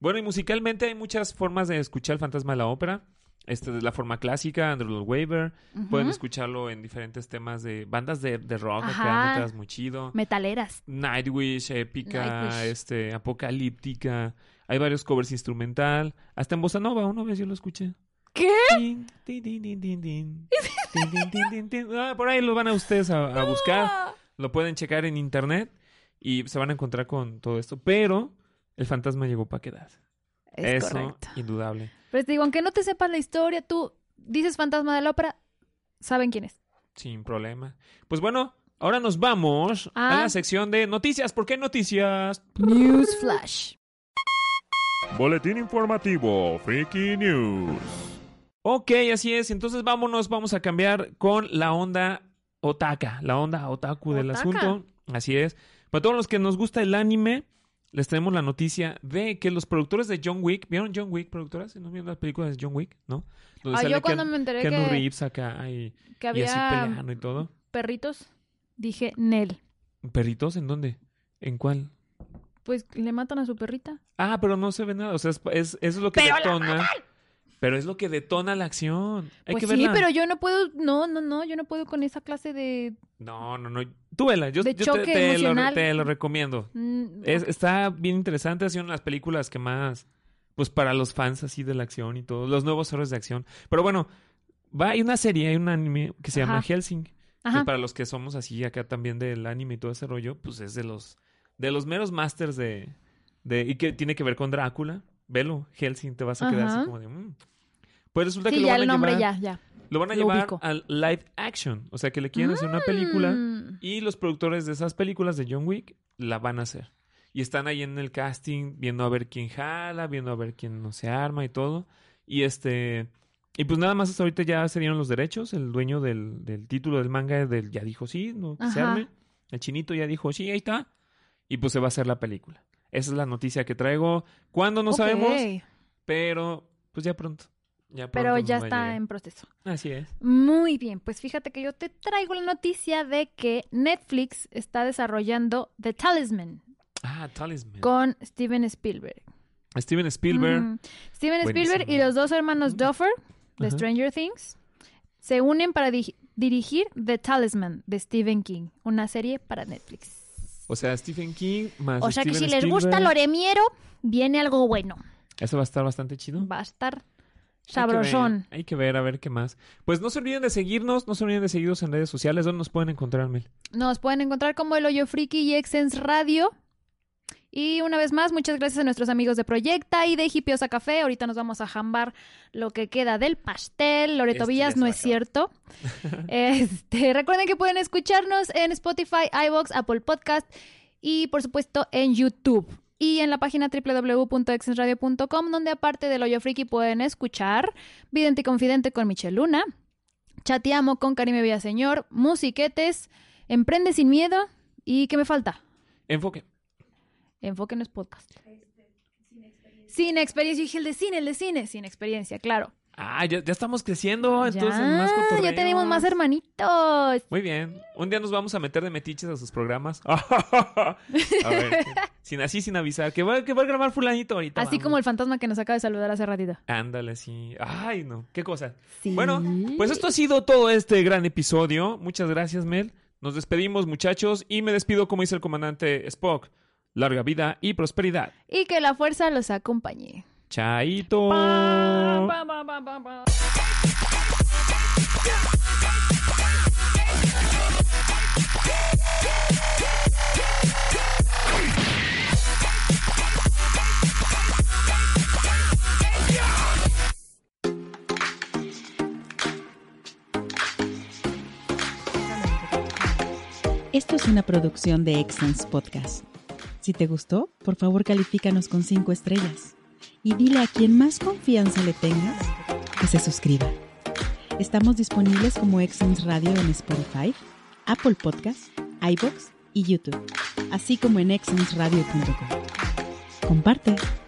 Speaker 1: Bueno, y musicalmente hay muchas formas de escuchar el fantasma de la ópera. Este, de la forma clásica, Andrew Lloyd Webber. Pueden
Speaker 2: Ujú.
Speaker 1: escucharlo en diferentes temas de bandas de, de rock acá,
Speaker 2: Ajá.
Speaker 1: meteras muy chido.
Speaker 2: Metaleras.
Speaker 1: Nightwish, épica,
Speaker 2: Nightwish.
Speaker 1: este, apocalíptica. Hay varios covers instrumental. Hasta en Bossa Nova, una vez yo lo escuché.
Speaker 2: ¿Qué?
Speaker 1: Tin, tin, tin, tin, tin, tin. Tin, tin, tin, tin, tin. Ah, por ahí lo van a ustedes a, a buscar. Lo pueden checar en internet y se van a encontrar con todo esto. Pero el fantasma llegó para quedarse.
Speaker 2: Es
Speaker 1: Eso,
Speaker 2: correcto.
Speaker 1: indudable.
Speaker 2: Pero te digo, aunque no te sepas la historia, tú dices fantasma de la ópera, saben quién es.
Speaker 1: Sin problema. Pues bueno, ahora nos vamos a
Speaker 2: Ah.
Speaker 1: la sección de noticias. ¿Por qué noticias?
Speaker 2: Newsflash.
Speaker 6: Boletín informativo, Freaky News.
Speaker 1: Ok, así es. Entonces vámonos, vamos a cambiar con la onda otaka, la onda otaku del
Speaker 2: Otaka.
Speaker 1: asunto. Así es. Para todos los que nos gusta el anime, les traemos la noticia de que los productores de John Wick, ¿vieron John Wick, productoras? ¿No vieron las películas de John Wick? ¿No? Donde
Speaker 2: Ah,
Speaker 1: sale
Speaker 2: yo cuando
Speaker 1: Ken-
Speaker 2: me enteré
Speaker 1: Keanu
Speaker 2: que,
Speaker 1: Reeves acá y,
Speaker 2: que
Speaker 1: y así
Speaker 2: había
Speaker 1: peleando y todo.
Speaker 2: perritos, dije, Nel,
Speaker 1: ¿Perritos? ¿En dónde? ¿En cuál?
Speaker 2: pues le matan a su perrita.
Speaker 1: Ah, pero no se ve nada. O sea, es, es, es lo que
Speaker 4: ¡Pero la
Speaker 1: detona. Pero es lo que detona la acción. Hay
Speaker 2: pues
Speaker 1: que
Speaker 2: sí,
Speaker 1: verla.
Speaker 2: pero yo no puedo, no, no, no, yo no puedo con esa clase de...
Speaker 1: No, no, no. Tú vela. Yo,
Speaker 2: De
Speaker 1: yo te-
Speaker 2: choque
Speaker 1: te, lo-
Speaker 2: emocional.
Speaker 1: te Lo, recomiendo.
Speaker 2: mm,
Speaker 1: Es- está bien interesante. Ha sido una de las películas que más... Pues para los fans así de la acción y todo. Los nuevos héroes de acción. Pero bueno, va, hay una serie, hay un anime que se llama
Speaker 2: Ajá.
Speaker 1: Helsing.
Speaker 2: Ajá.
Speaker 1: Que para los que somos así acá también del anime y todo ese rollo, pues es de los de los meros masters de, de y que tiene que ver con Drácula. Velo, Helsing, te vas a quedar así
Speaker 2: Ajá.
Speaker 1: como de "Mm". Pues resulta que
Speaker 2: Sí,
Speaker 1: lo
Speaker 2: ya
Speaker 1: van, a
Speaker 2: el nombre,
Speaker 1: llevar,
Speaker 2: ya, ya.
Speaker 1: lo van a
Speaker 2: lo
Speaker 1: llevar
Speaker 2: ubico.
Speaker 1: al live action, o sea que le quieren hacer una película
Speaker 2: Mm,
Speaker 1: y los productores de esas películas de John Wick la van a hacer. Y están ahí en el casting viendo a ver quién jala, viendo a ver quién no se arma y todo. Y este y pues nada más hasta ahorita ya se dieron los derechos. El dueño del, del título del manga del ya dijo sí, no que se
Speaker 2: Ajá.
Speaker 1: arme. El chinito ya dijo sí, ahí está. Y pues se va a hacer la película. Esa es la noticia que traigo. ¿Cuándo no
Speaker 2: ok.
Speaker 1: sabemos? Pero pues ya pronto. Ya pronto
Speaker 2: Pero
Speaker 1: nos
Speaker 2: ya
Speaker 1: va a
Speaker 2: está
Speaker 1: llegar.
Speaker 2: en proceso.
Speaker 1: Así es.
Speaker 2: Muy bien, pues fíjate que yo te traigo la noticia de que Netflix está desarrollando The Talisman
Speaker 1: Ah, Talisman.
Speaker 2: con Steven Spielberg.
Speaker 1: Steven Spielberg.
Speaker 2: Ujú. Mm. Steven Spielberg y
Speaker 1: Buenísimo.
Speaker 2: los dos hermanos Duffer de
Speaker 1: Ajá.
Speaker 2: Stranger Things se unen para di- dirigir The Talisman de Stephen King, una serie para Netflix.
Speaker 1: O sea, Stephen King más
Speaker 4: O sea que si
Speaker 1: Ah, Steven
Speaker 4: les gusta
Speaker 1: Spielberg.
Speaker 4: Loremiero, viene algo bueno.
Speaker 1: Eso va a estar bastante chido.
Speaker 2: Va a estar
Speaker 1: Hay que ver,
Speaker 2: sabrosón.
Speaker 1: Hay que ver, a ver qué más. Pues no se olviden de seguirnos, no se olviden de seguirnos en redes sociales. ¿Dónde nos pueden encontrar, Mel?
Speaker 2: Nos pueden encontrar como El Hoyo Friki y Exens Radio. Y una vez más, muchas gracias a nuestros amigos de Proyecta y de Hipiosa Café. Ahorita nos vamos a jambar lo que queda del pastel. Loreto
Speaker 1: Este ya
Speaker 2: Villas,
Speaker 1: se
Speaker 2: no
Speaker 1: va a
Speaker 2: es cierto. Este, recuerden que pueden escucharnos en Spotify, iBox, Apple Podcast y, por supuesto, en YouTube. Y en la página www.exensradio.com, donde aparte del Hoyo Friki pueden escuchar Vidente y Confidente con Michelle Luna, Chateamo con Karime Villaseñor, Musiquetes, Emprende sin miedo y ¿qué me falta?
Speaker 1: Enfoque.
Speaker 2: Enfoque no es podcast. Sin experiencia, dije el de cine, el de cine, sin experiencia, claro.
Speaker 1: Ah, ya, ya estamos creciendo, Oh, entonces
Speaker 2: ya,
Speaker 1: más cotorreo.
Speaker 2: ya tenemos más hermanitos.
Speaker 1: Muy bien. Un día nos vamos a meter de metiches a sus programas. a ver, sin así, sin avisar. Que va, que va a grabar fulanito ahorita.
Speaker 2: Así
Speaker 1: vamos.
Speaker 2: como el fantasma que nos acaba de saludar hace ratito.
Speaker 1: Ándale, sí. Ay, no. Qué cosa. Bueno, pues esto ha sido todo este gran episodio. Muchas gracias, Mel. Nos despedimos, muchachos, y me despido como dice el comandante Spock. Larga vida y prosperidad.
Speaker 2: Y que la fuerza los acompañe.
Speaker 1: Chaito.
Speaker 3: Esto es una producción de Excellence Podcast. Si te gustó, por favor califícanos con 5 estrellas y dile a quien más confianza le tengas que se suscriba. Estamos disponibles como Excellence Radio en Spotify, Apple Podcasts, iBox y YouTube, así como en excellenceradio.com. Comparte.